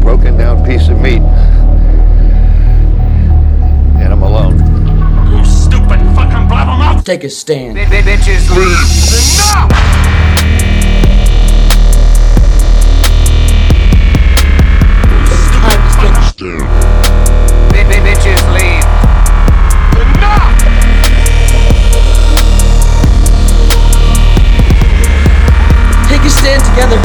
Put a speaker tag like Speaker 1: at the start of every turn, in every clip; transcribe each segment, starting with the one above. Speaker 1: broken down piece of meat. And I'm alone.
Speaker 2: You stupid fucking blabbermouth!
Speaker 3: Take a stand.
Speaker 4: Bitches leave.
Speaker 2: Enough!
Speaker 4: Bitches leave.
Speaker 2: Enough!
Speaker 3: Take a stand together.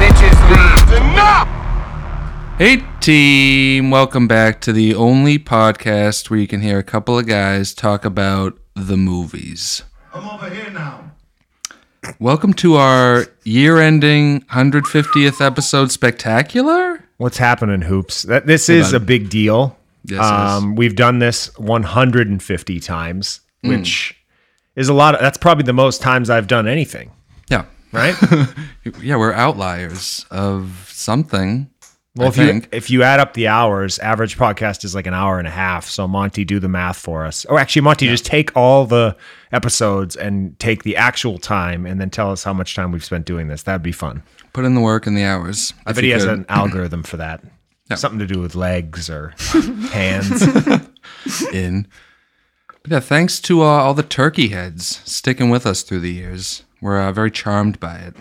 Speaker 4: Bitches leave.
Speaker 2: Enough!
Speaker 5: Hey, team. Welcome back to the only podcast where you can hear a couple of guys talk about the movies.
Speaker 6: I'm over here now.
Speaker 5: Welcome to our year ending 150th episode spectacular.
Speaker 6: What's happening, hoops? That this is a
Speaker 5: bud.
Speaker 6: big deal.
Speaker 5: Yes, it
Speaker 6: Um, we've done this 150 times,
Speaker 5: Hmm.
Speaker 6: which is a lot. Of, that's probably the most times I've done anything.
Speaker 5: Yeah.
Speaker 6: Right.
Speaker 5: Yeah, we're outliers of something.
Speaker 6: well,
Speaker 5: I
Speaker 6: if you
Speaker 5: think.
Speaker 6: if you add up the hours, average podcast is like an hour and a half. So Monty, do the math for us. Or actually, Monty, just take all the episodes and take the actual time, and then tell us how much time we've spent doing this. That'd be fun.
Speaker 5: Put in the work and the hours.
Speaker 6: I bet he has an algorithm for that. Something to do with legs or hands.
Speaker 5: in. But yeah, thanks to uh, all the turkey heads sticking with us through the years. We're uh, very charmed by it.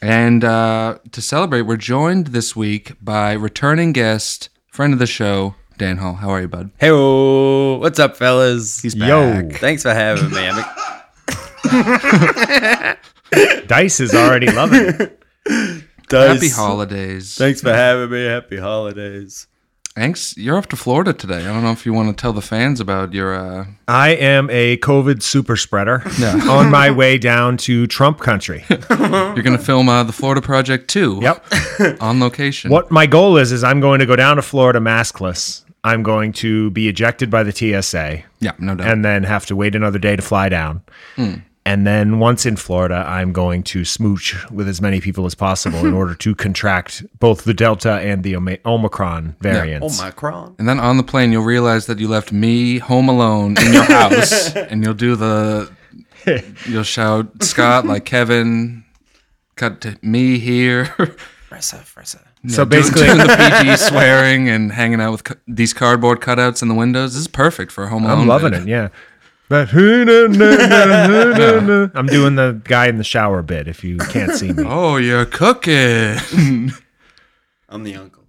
Speaker 5: And uh, to celebrate, we're joined this week by returning guest, friend of the show, Dan Hall. How are you, bud?
Speaker 7: Hey, what's up, fellas? He's
Speaker 6: Yo. back.
Speaker 7: Thanks for having me. I'm,
Speaker 6: Dice is already loving it.
Speaker 5: Happy holidays.
Speaker 7: Thanks for having me. Happy holidays.
Speaker 5: Thanks. You're off to Florida today. I don't know if you want to tell the fans about your. Uh,
Speaker 6: I am a COVID super spreader on my way down to Trump country.
Speaker 5: you're going to film uh, the Florida Project too.
Speaker 6: Yep.
Speaker 5: On location.
Speaker 6: What my goal is is I'm going to go down to Florida maskless. I'm going to be ejected by the TSA
Speaker 5: Yeah, no doubt.
Speaker 6: and then have to wait another day to fly down. And then once in Florida, I'm going to smooch with as many people as possible in order to contract both the Delta and the Oma- Omicron variants.
Speaker 7: Oh Omicron.
Speaker 5: And then on the plane, you'll realize that you left me home alone in your house, and you'll do the, you'll shout Scott like Kevin, cut to me here.
Speaker 7: Fressa, fressa.
Speaker 6: so
Speaker 5: Doing-
Speaker 6: basically,
Speaker 5: doing the PG swearing and hanging out with cu- these cardboard cutouts in the windows. This is perfect for a home alone.
Speaker 6: I'm loving
Speaker 5: bit.
Speaker 6: it. Yeah. But who na- na- na- na- na- na. I'm doing the guy in the shower bit. If you can't see me,
Speaker 5: Oh, you're cooking,
Speaker 7: I'm the uncle.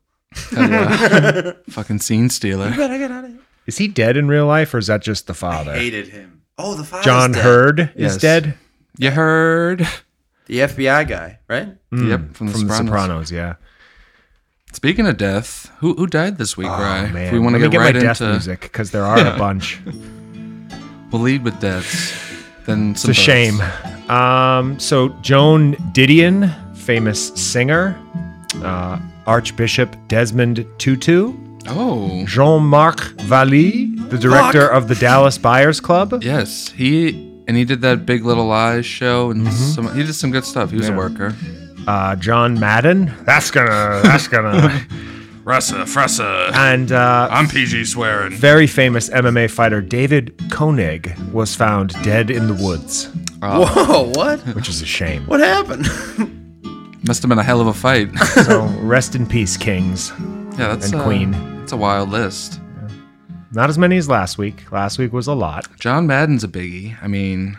Speaker 5: fucking scene stealer.
Speaker 7: Better get out of here.
Speaker 6: is he dead in real life or is that just the father?
Speaker 7: Hated him. Oh, the father's
Speaker 6: John
Speaker 7: dead.
Speaker 6: Hurd
Speaker 5: Yes.
Speaker 6: is dead
Speaker 5: You heard?
Speaker 7: The FBI guy, right?
Speaker 6: Mm-hmm.
Speaker 5: yep, from the,
Speaker 6: Mm, from The
Speaker 5: Sopranos.
Speaker 6: Sopranos. Yeah.
Speaker 5: Speaking of death, who who died this week, Rye?
Speaker 6: Oh, Man,
Speaker 5: If we want to
Speaker 6: let me
Speaker 5: get, right
Speaker 6: my
Speaker 5: into,
Speaker 6: death music because there are a bunch.
Speaker 5: we'll lead with deaths. Then
Speaker 6: It's a shame. Um, so Joan Didion, famous singer, uh, Archbishop Desmond Tutu,
Speaker 5: Oh.
Speaker 6: Jean-Marc Valli, the director of the Dallas Buyers Club.
Speaker 5: Yes, he and he did that Big Little Lies show,
Speaker 8: Mm-hmm.
Speaker 5: and some, he did some good stuff. He was a worker.
Speaker 6: uh, John Madden. That's gonna. That's gonna.
Speaker 5: Fressa, fressa.
Speaker 6: and uh,
Speaker 5: I'm PG swearing.
Speaker 6: very famous MMA fighter David Koenig was found dead in the woods,
Speaker 7: Whoa, what?
Speaker 6: which is a shame.
Speaker 7: What happened?
Speaker 5: Must have been a hell of a fight. yeah,
Speaker 6: So rest in peace, kings.
Speaker 5: that's
Speaker 6: And
Speaker 5: uh,
Speaker 6: Queen.
Speaker 5: It's a wild list.
Speaker 6: Not as many as last week. Last week was a lot.
Speaker 5: John Madden's a biggie. I mean,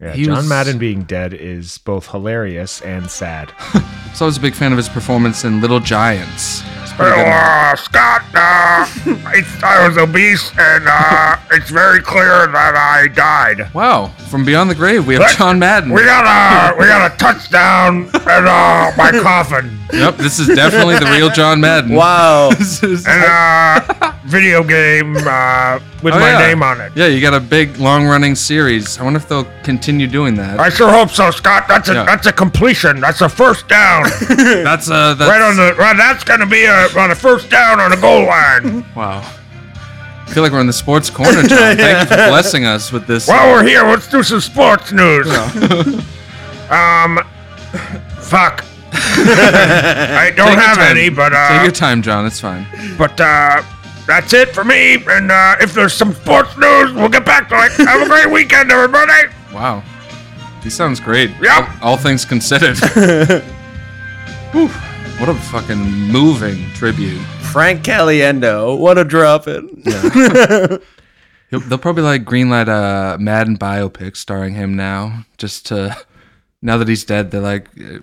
Speaker 6: Yeah,
Speaker 5: He
Speaker 6: John
Speaker 5: was-
Speaker 6: Madden being dead is both hilarious and sad.
Speaker 5: so I was a big fan of his performance in Little Giants. It's pretty good.
Speaker 8: uh, Scott, uh, it's, I was obese, and uh, it's very clear that I died.
Speaker 5: Wow, from Beyond the Grave, we have John Madden.
Speaker 8: We got a we got a touchdown and uh, my coffin
Speaker 5: Yep, this is definitely the real John Madden.
Speaker 7: Wow.
Speaker 5: This is-
Speaker 8: and uh, video game uh, with
Speaker 5: Oh,
Speaker 8: my
Speaker 5: yeah.
Speaker 8: name on it.
Speaker 5: Yeah, you got a big, long-running series. I wonder if they'll continue doing that.
Speaker 8: I sure hope so, Scott. That's a
Speaker 5: Yeah.
Speaker 8: that's a completion. That's a first down.
Speaker 5: That's uh, that's
Speaker 8: right on the right. That's gonna be a on a first down on the goal line.
Speaker 5: Wow. I feel like we're in the sports corner, John. Thank you for blessing us with this.
Speaker 8: While we're here, let's do some sports news. um, fuck. I don't
Speaker 5: Take your
Speaker 8: have
Speaker 5: time.
Speaker 8: any, but uh,
Speaker 5: Take your time, John. It's fine.
Speaker 8: But uh, that's it for me. And uh, if there's some sports news, we'll get back to it. Have a great weekend, everybody.
Speaker 5: Wow. He sounds great.
Speaker 8: Yep.
Speaker 5: All, all things considered. What a fucking moving tribute.
Speaker 7: Frank Caliendo, what a drop in.
Speaker 5: He'll- They'll probably like greenlight a Madden biopic starring him now, just to now that he's dead. They're like, eh,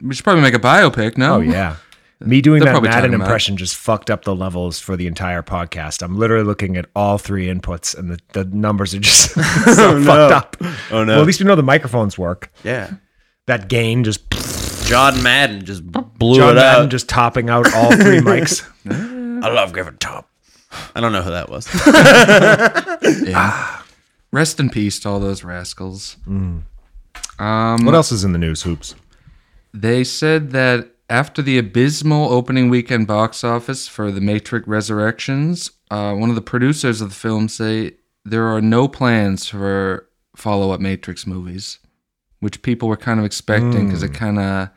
Speaker 5: we should probably make a biopic. No,
Speaker 6: Oh yeah. Me doing
Speaker 5: They'll
Speaker 6: that
Speaker 5: probably
Speaker 6: Madden
Speaker 5: time him out.
Speaker 6: impression just fucked up the levels for the entire podcast. I'm literally looking at all three inputs and the, the numbers are just so fucked up.
Speaker 7: Oh, no.
Speaker 6: Well, at least we know the microphones work.
Speaker 7: Yeah.
Speaker 6: That gain just
Speaker 7: John Madden just blew
Speaker 6: John
Speaker 7: it out.
Speaker 6: Madden just topping out all three mics.
Speaker 7: I love Griffin Top. I don't know who that was.
Speaker 5: Rest in peace to all those rascals.
Speaker 6: What else is in the news, Hoops?
Speaker 5: They said that after the abysmal opening weekend box office for The Matrix Resurrections, uh, one of the producers of the film say there are no plans for follow-up Matrix movies, which people were kind of expecting because it kind of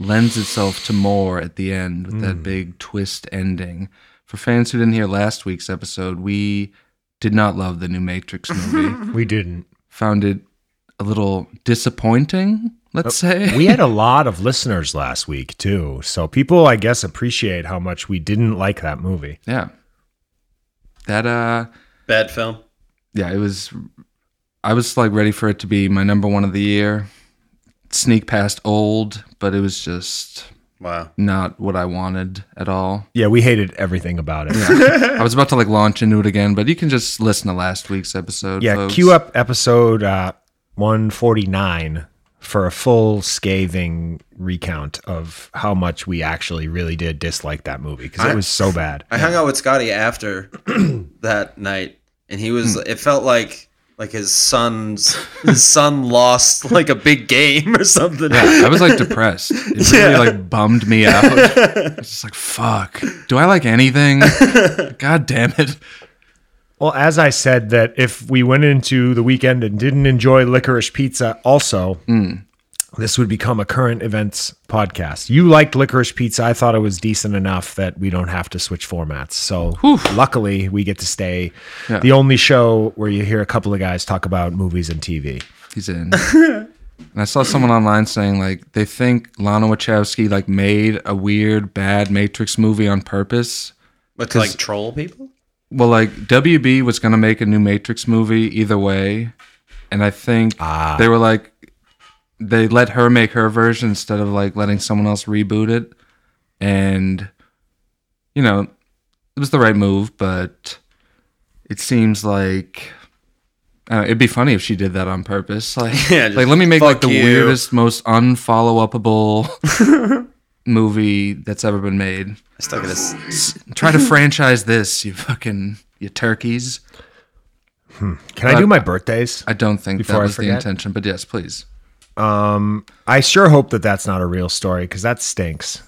Speaker 5: lends itself to more at the end with that big twist ending. For fans who didn't hear last week's episode, we did not love the new Matrix movie.
Speaker 6: We didn't.
Speaker 5: Found it a little disappointing, let's say.
Speaker 6: we had a lot of listeners last week too, so people, I guess, appreciate how much we didn't like that movie.
Speaker 5: Yeah. That uh
Speaker 7: Bad film.
Speaker 5: yeah, it was I was like ready for it to be my number one of the year. Sneak past old, but it was just
Speaker 7: Wow.
Speaker 5: not what I wanted at all.
Speaker 6: Yeah, we hated everything about it.
Speaker 5: I was about to like launch into it again, but you can just listen to last week's episode.
Speaker 6: Yeah,
Speaker 5: folks.
Speaker 6: queue up episode uh, 149 for a full scathing recount of how much we actually really did dislike that movie because it was so bad.
Speaker 7: I hung out with Scotty after that night, and he
Speaker 5: Hmm.
Speaker 7: was. It felt like like his son's his son lost like a big game or something.
Speaker 5: I was like depressed. It really like bummed me out. I was just like, fuck. Do I like anything? God damn it.
Speaker 6: Well, as I said, that if we went into the weekend and didn't enjoy licorice pizza, also, this would become a current events podcast. You liked licorice pizza. I thought it was decent enough that we don't have to switch formats. So, luckily, we get to stay the only show where you hear a couple of guys talk about movies and TV.
Speaker 5: He's in. and I saw someone online saying like they think Lana Wachowski like made a weird bad Matrix movie on purpose.
Speaker 7: But to like troll people.
Speaker 5: Well, like WB was gonna make a new Matrix movie either way, and I think
Speaker 7: Ah.
Speaker 5: they were like they let her make her version instead of like letting someone else reboot it, and you know it was the right move, but it seems like. Uh, it'd be funny if she did that on purpose. Like,
Speaker 7: Yeah, just
Speaker 5: like let me make like
Speaker 7: fuck
Speaker 5: the
Speaker 7: you.
Speaker 5: weirdest, most unfollow upable movie that's ever been made
Speaker 7: I still get this.
Speaker 5: try to franchise this, you fucking you turkeys.
Speaker 6: Can I do my birthdays?
Speaker 5: I don't think
Speaker 6: Before I
Speaker 5: that was the
Speaker 6: forget.
Speaker 5: intention, but yes, please.
Speaker 6: I sure hope that that's not a real story because that stinks.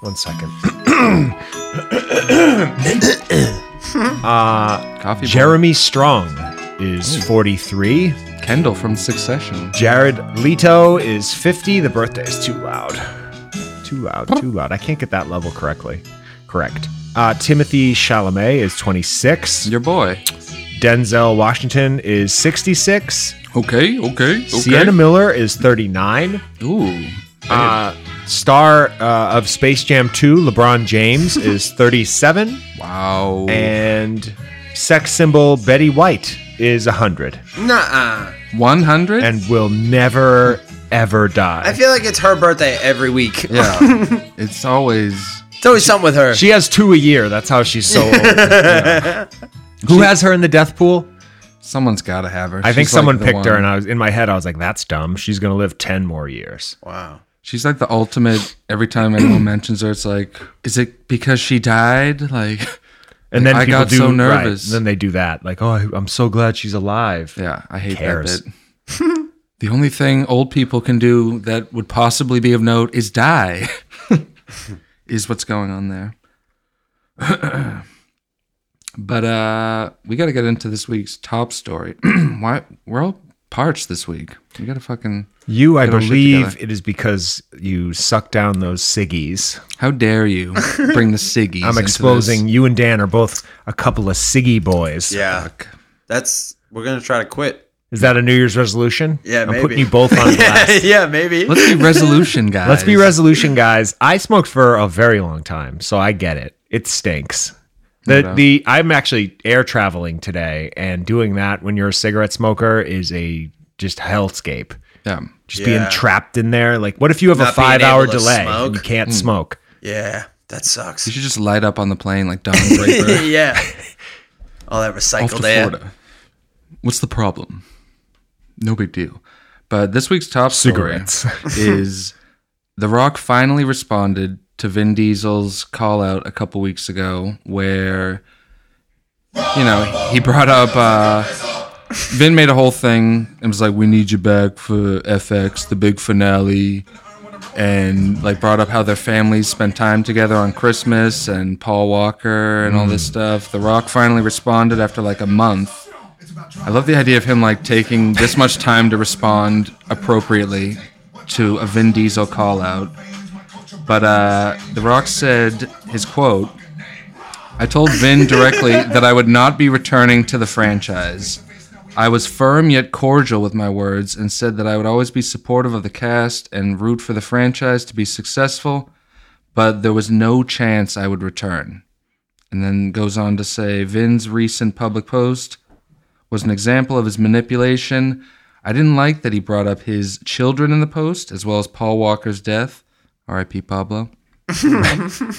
Speaker 6: One second.
Speaker 5: Coffee. boy.
Speaker 6: Jeremy Strong is 43.
Speaker 5: Kendall from Succession.
Speaker 6: Jared Leto is 50. The birthday is too loud. Too loud, too loud. I can't get that level correctly. Correct. Uh, Timothy Chalamet is 26.
Speaker 5: Your boy.
Speaker 6: Denzel Washington is 66.
Speaker 5: Okay, okay, okay.
Speaker 6: Sienna Miller is 39.
Speaker 5: Ooh.
Speaker 6: Star uh, of Space Jam 2, LeBron James, is 37.
Speaker 5: Wow.
Speaker 6: And sex symbol Betty White is 100
Speaker 7: Nah.
Speaker 5: One hundred.
Speaker 6: and will never, ever die.
Speaker 7: I feel like it's her birthday every week.
Speaker 5: yeah. it's always.
Speaker 7: It's always something with her.
Speaker 6: She has two a year. That's how she's so old. Who has her in the death pool?
Speaker 5: Someone's got to have her.
Speaker 6: I think
Speaker 5: She's like
Speaker 6: someone
Speaker 5: the
Speaker 6: picked her,
Speaker 5: one-
Speaker 6: and I was in my head. I was like, "That's dumb. She's gonna live ten more years."
Speaker 7: wow.
Speaker 5: She's like the ultimate. Every time anyone mentions her, it's like, is it because she died? Like,
Speaker 6: And then
Speaker 5: I
Speaker 6: people
Speaker 5: got
Speaker 6: do
Speaker 5: so
Speaker 6: right,
Speaker 5: nervous.
Speaker 6: and then they do that, like, "Oh, I- I'm so glad she's alive."
Speaker 5: yeah, I hate
Speaker 6: Cares.
Speaker 5: that bit. the only thing old people can do that would possibly be of note is die. is what's going on there. but uh we got to get into this week's top story. Why we're all parched this week. We got to fucking
Speaker 6: You, I
Speaker 5: Get our shit
Speaker 6: believe,
Speaker 5: together.
Speaker 6: it is because you suck down those ciggies.
Speaker 5: How dare you bring the ciggies? into
Speaker 6: I'm
Speaker 5: this.
Speaker 6: exposing you and Dan are both a couple of ciggy boys.
Speaker 7: Yeah.
Speaker 5: Fuck.
Speaker 7: That's we're gonna try to quit.
Speaker 6: Is that a New Year's resolution?
Speaker 7: Yeah,
Speaker 6: I'm
Speaker 7: maybe.
Speaker 6: putting you both on blast.
Speaker 7: yeah, maybe.
Speaker 5: Let's be resolution, guys.
Speaker 6: Let's be resolution, guys. I smoked for a very long time, so I get it. It stinks. The the I'm actually air traveling today, and doing that when you're a cigarette smoker is a just hellscape.
Speaker 5: Yeah.
Speaker 6: Just
Speaker 7: Yeah.
Speaker 6: being trapped in there. Like, what if you have a
Speaker 7: Not being
Speaker 6: five hour
Speaker 7: able to
Speaker 6: delay and
Speaker 7: smoke? Hmm.
Speaker 6: you can't smoke?
Speaker 7: Yeah, that sucks.
Speaker 5: You should just light up on the plane like Don Draper.
Speaker 7: yeah. All that
Speaker 5: off to
Speaker 7: recycled air.
Speaker 5: Florida. What's the problem? No big deal. But this week's top story
Speaker 6: Cigarettes.
Speaker 5: is The Rock finally responded to Vin Diesel's call out a couple weeks ago, where you know he brought up. Uh, Vin made a whole thing and was like, "We need you back for FX, the big finale." and like brought up how their families spent time together on Christmas and Paul Walker and all this stuff. The Rock finally responded after like a month. I love the idea of him like taking this much time to respond appropriately to a Vin Diesel call out. But uh, The Rock said his quote I told Vin directly that I would not be returning to the franchise. I was firm yet cordial with my words and said that I would always be supportive of the cast and root for the franchise to be successful, but there was no chance I would return. And then goes on to say Vin's recent public post was an example of his manipulation. I didn't like that he brought up his children in the post, as well as Paul Walker's death. RIP Pablo.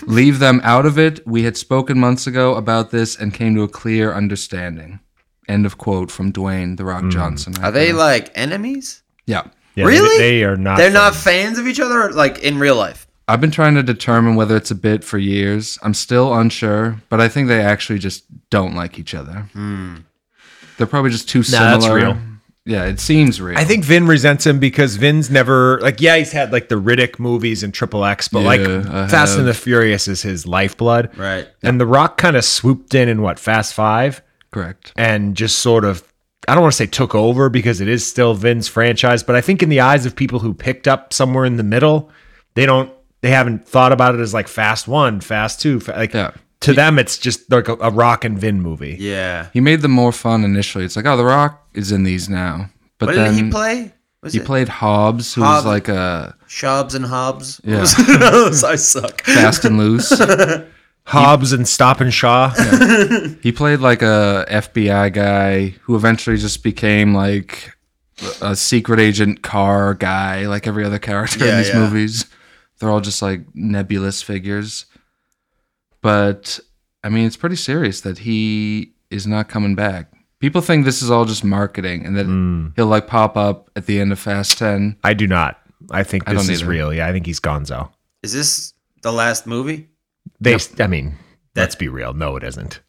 Speaker 5: Leave them out of it. We had spoken months ago about this and came to a clear understanding. End of quote from Dwayne The Rock Johnson.
Speaker 7: Are they like enemies?
Speaker 5: Yeah.
Speaker 6: Yeah,
Speaker 7: Really?
Speaker 6: They, they are not.
Speaker 7: They're
Speaker 6: friends.
Speaker 7: not fans of each other, like in real life.
Speaker 5: I've been trying to determine whether it's a bit for years. I'm still unsure, but I think they actually just don't like each other.
Speaker 7: Hmm.
Speaker 5: They're probably just too similar.
Speaker 6: that's real.
Speaker 5: Yeah, it seems real.
Speaker 6: I think Vin resents him because Vin's never like yeah he's had like the Riddick movies and Triple X, but like
Speaker 5: Yeah, I
Speaker 6: Fast
Speaker 5: have.
Speaker 6: and the Furious is his lifeblood.
Speaker 7: Right.
Speaker 6: And The Rock kind of swooped in in what Fast Five
Speaker 5: correct.
Speaker 6: and just sort of I don't want to say took over because it is still Vin's franchise, but I think in the eyes of people who picked up somewhere in the middle, they don't they haven't thought about it as like Fast One, Fast Two, fa- like
Speaker 5: Yeah.
Speaker 6: to them it's just like a, a Rock and Vin movie.
Speaker 7: Yeah.
Speaker 5: He made them more fun initially. It's like, oh, The Rock is in these now, but
Speaker 7: What
Speaker 5: then
Speaker 7: did
Speaker 6: Um,
Speaker 7: he play? Was
Speaker 5: he
Speaker 7: it
Speaker 5: played Hobbs, who
Speaker 7: Hobbs.
Speaker 5: was like a
Speaker 7: Shobbs and Hobbs?
Speaker 5: Yeah.
Speaker 7: I suck.
Speaker 5: fast and loose.
Speaker 6: Hobbs and Stop and Shaw.
Speaker 5: He played like a FBI guy who eventually just became like a secret agent car guy, like every other character in
Speaker 7: Yeah,
Speaker 5: these
Speaker 7: yeah.
Speaker 5: movies. They're all just like nebulous figures. But I mean, it's pretty serious that he is not coming back. People think this is all just marketing and that
Speaker 7: Hmm.
Speaker 5: he'll like pop up at the end of Fast 10.
Speaker 6: I do not. I think
Speaker 5: I
Speaker 6: this
Speaker 5: don't
Speaker 6: is
Speaker 5: either.
Speaker 6: real. Yeah, I think he's Gonzo.
Speaker 7: Is this the last movie?
Speaker 6: They, I mean, let's be real. No, it isn't.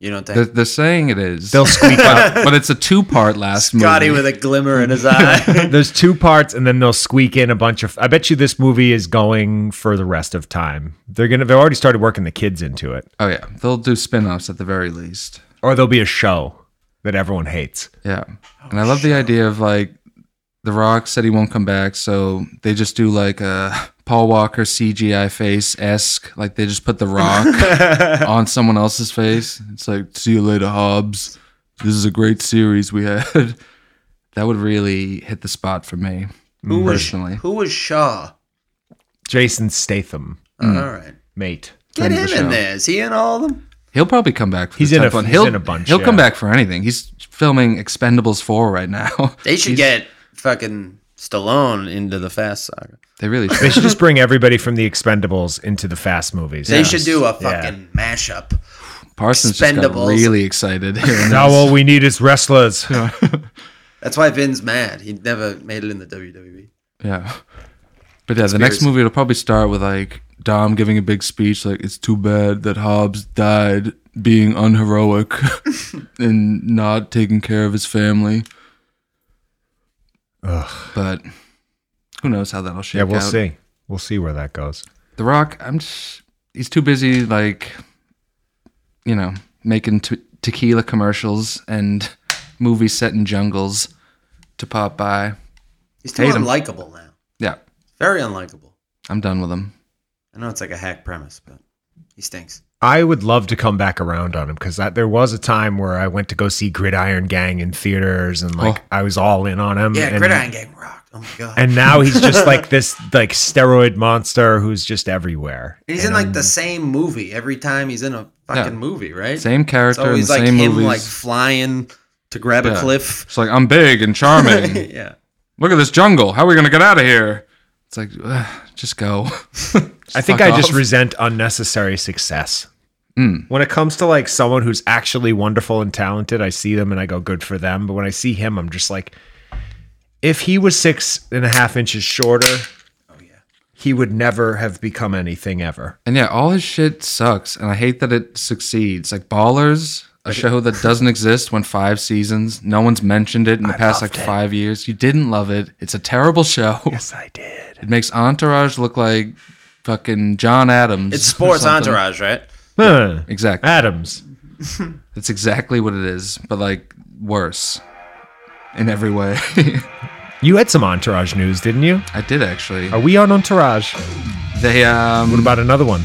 Speaker 7: You don't
Speaker 5: They're,
Speaker 7: think?
Speaker 5: they're saying it is.
Speaker 6: They'll squeak out.
Speaker 5: but it's a two part last
Speaker 7: Scotty
Speaker 5: movie.
Speaker 7: with a glimmer in his eye.
Speaker 6: There's two parts, and then they'll squeak in a bunch of. I bet you this movie is going for the rest of time. They're gonna. They've already started working the kids into it,
Speaker 5: oh, yeah. They'll do spin offs at the very least.
Speaker 6: or there'll be a show that everyone hates.
Speaker 5: Yeah.
Speaker 6: Oh,
Speaker 5: and I love the idea of like The Rock said he won't come back, so they just do like a Paul Walker CGI face esque. Like they just put The Rock on someone else's face. It's like, see you later, Hobbs. This is a great series we had. That would really hit the spot for me.
Speaker 7: who was
Speaker 5: Personally.
Speaker 7: who was Shaw?
Speaker 6: Jason Statham,
Speaker 7: All right,
Speaker 6: mate.
Speaker 7: get
Speaker 5: Friend of
Speaker 7: him
Speaker 5: the
Speaker 7: in
Speaker 5: show.
Speaker 7: there. Is he in all of them?
Speaker 5: He'll probably come back for
Speaker 6: He's
Speaker 5: the
Speaker 6: in a-
Speaker 5: tenth one.
Speaker 6: he's
Speaker 5: He'll,
Speaker 6: in a bunch,
Speaker 5: He'll come
Speaker 6: yeah.
Speaker 5: back for anything. He's filming Expendables 4 right now.
Speaker 7: They should get fucking Stallone into the Fast Saga.
Speaker 5: They really
Speaker 6: They
Speaker 5: should.
Speaker 6: should just bring everybody from the Expendables into the Fast movies.
Speaker 7: They should do a
Speaker 6: Yeah.
Speaker 7: fucking mashup.
Speaker 5: Parsons just got
Speaker 7: Expendables.
Speaker 5: really excited. hearing
Speaker 6: Now
Speaker 5: this.
Speaker 6: all we need is wrestlers.
Speaker 7: That's why Vin's mad. He never made it in the E. WWE.
Speaker 5: Yeah. But yeah, the next movie will probably start with like Dom giving a big speech, like it's too bad that Hobbs died being unheroic and not taking care of his family. But who knows how that'll shake
Speaker 6: yeah, we'll
Speaker 5: out.
Speaker 6: see. We'll see where that goes.
Speaker 5: The Rock, I'm just, he's too busy like you know making te- tequila commercials and movies set in jungles to pop by.
Speaker 7: He's too
Speaker 5: Hate him.
Speaker 7: unlikable now.
Speaker 5: Yeah,
Speaker 7: Very unlikable.
Speaker 5: I'm done with him.
Speaker 7: I know it's like a hack premise, but he stinks.
Speaker 6: I would love to come back around on him because there was a time where I went to go see Gridiron Gang in theaters and like
Speaker 5: Oh.
Speaker 6: I was all in on him.
Speaker 7: Yeah,
Speaker 6: and,
Speaker 7: Gridiron Gang rocked. Oh my god. And
Speaker 6: And now he's just like this like steroid monster who's just everywhere.
Speaker 7: he's in like the same movie every time he's in a fucking
Speaker 5: Yeah.
Speaker 7: movie, right?
Speaker 5: Same
Speaker 7: It's
Speaker 5: character, in
Speaker 7: always
Speaker 5: the
Speaker 7: like
Speaker 5: same
Speaker 7: him
Speaker 5: movies.
Speaker 7: like flying to grab a
Speaker 5: Yeah.
Speaker 7: cliff.
Speaker 5: it's like I'm big and charming.
Speaker 7: yeah.
Speaker 5: Look at this jungle. How are we gonna get out of here? It's like ugh, just go.
Speaker 6: I think
Speaker 5: fuck
Speaker 6: I just
Speaker 5: off.
Speaker 6: resent unnecessary success. When it comes to like someone who's actually wonderful and talented, I see them and I go, good for them. But when I see him, I'm just like, if he was six and a half inches shorter, he would never have become anything ever.
Speaker 5: And yeah, all his shit sucks, and I hate that it succeeds. Like Ballers, a show that doesn't exist, went five seasons. No one's mentioned it in the past like five years. You didn't love it. It's a terrible show.
Speaker 6: Yes, I did.
Speaker 5: It makes Entourage look like fucking John Adams.
Speaker 7: It's
Speaker 5: or
Speaker 7: sports
Speaker 5: something.
Speaker 7: entourage, right?
Speaker 6: Huh.
Speaker 5: Exactly.
Speaker 6: Adams.
Speaker 5: That's exactly what it is, but like worse in every way.
Speaker 6: You had some entourage news, didn't you?
Speaker 5: I did actually.
Speaker 6: Are we on entourage?
Speaker 5: They um.
Speaker 6: What about another one?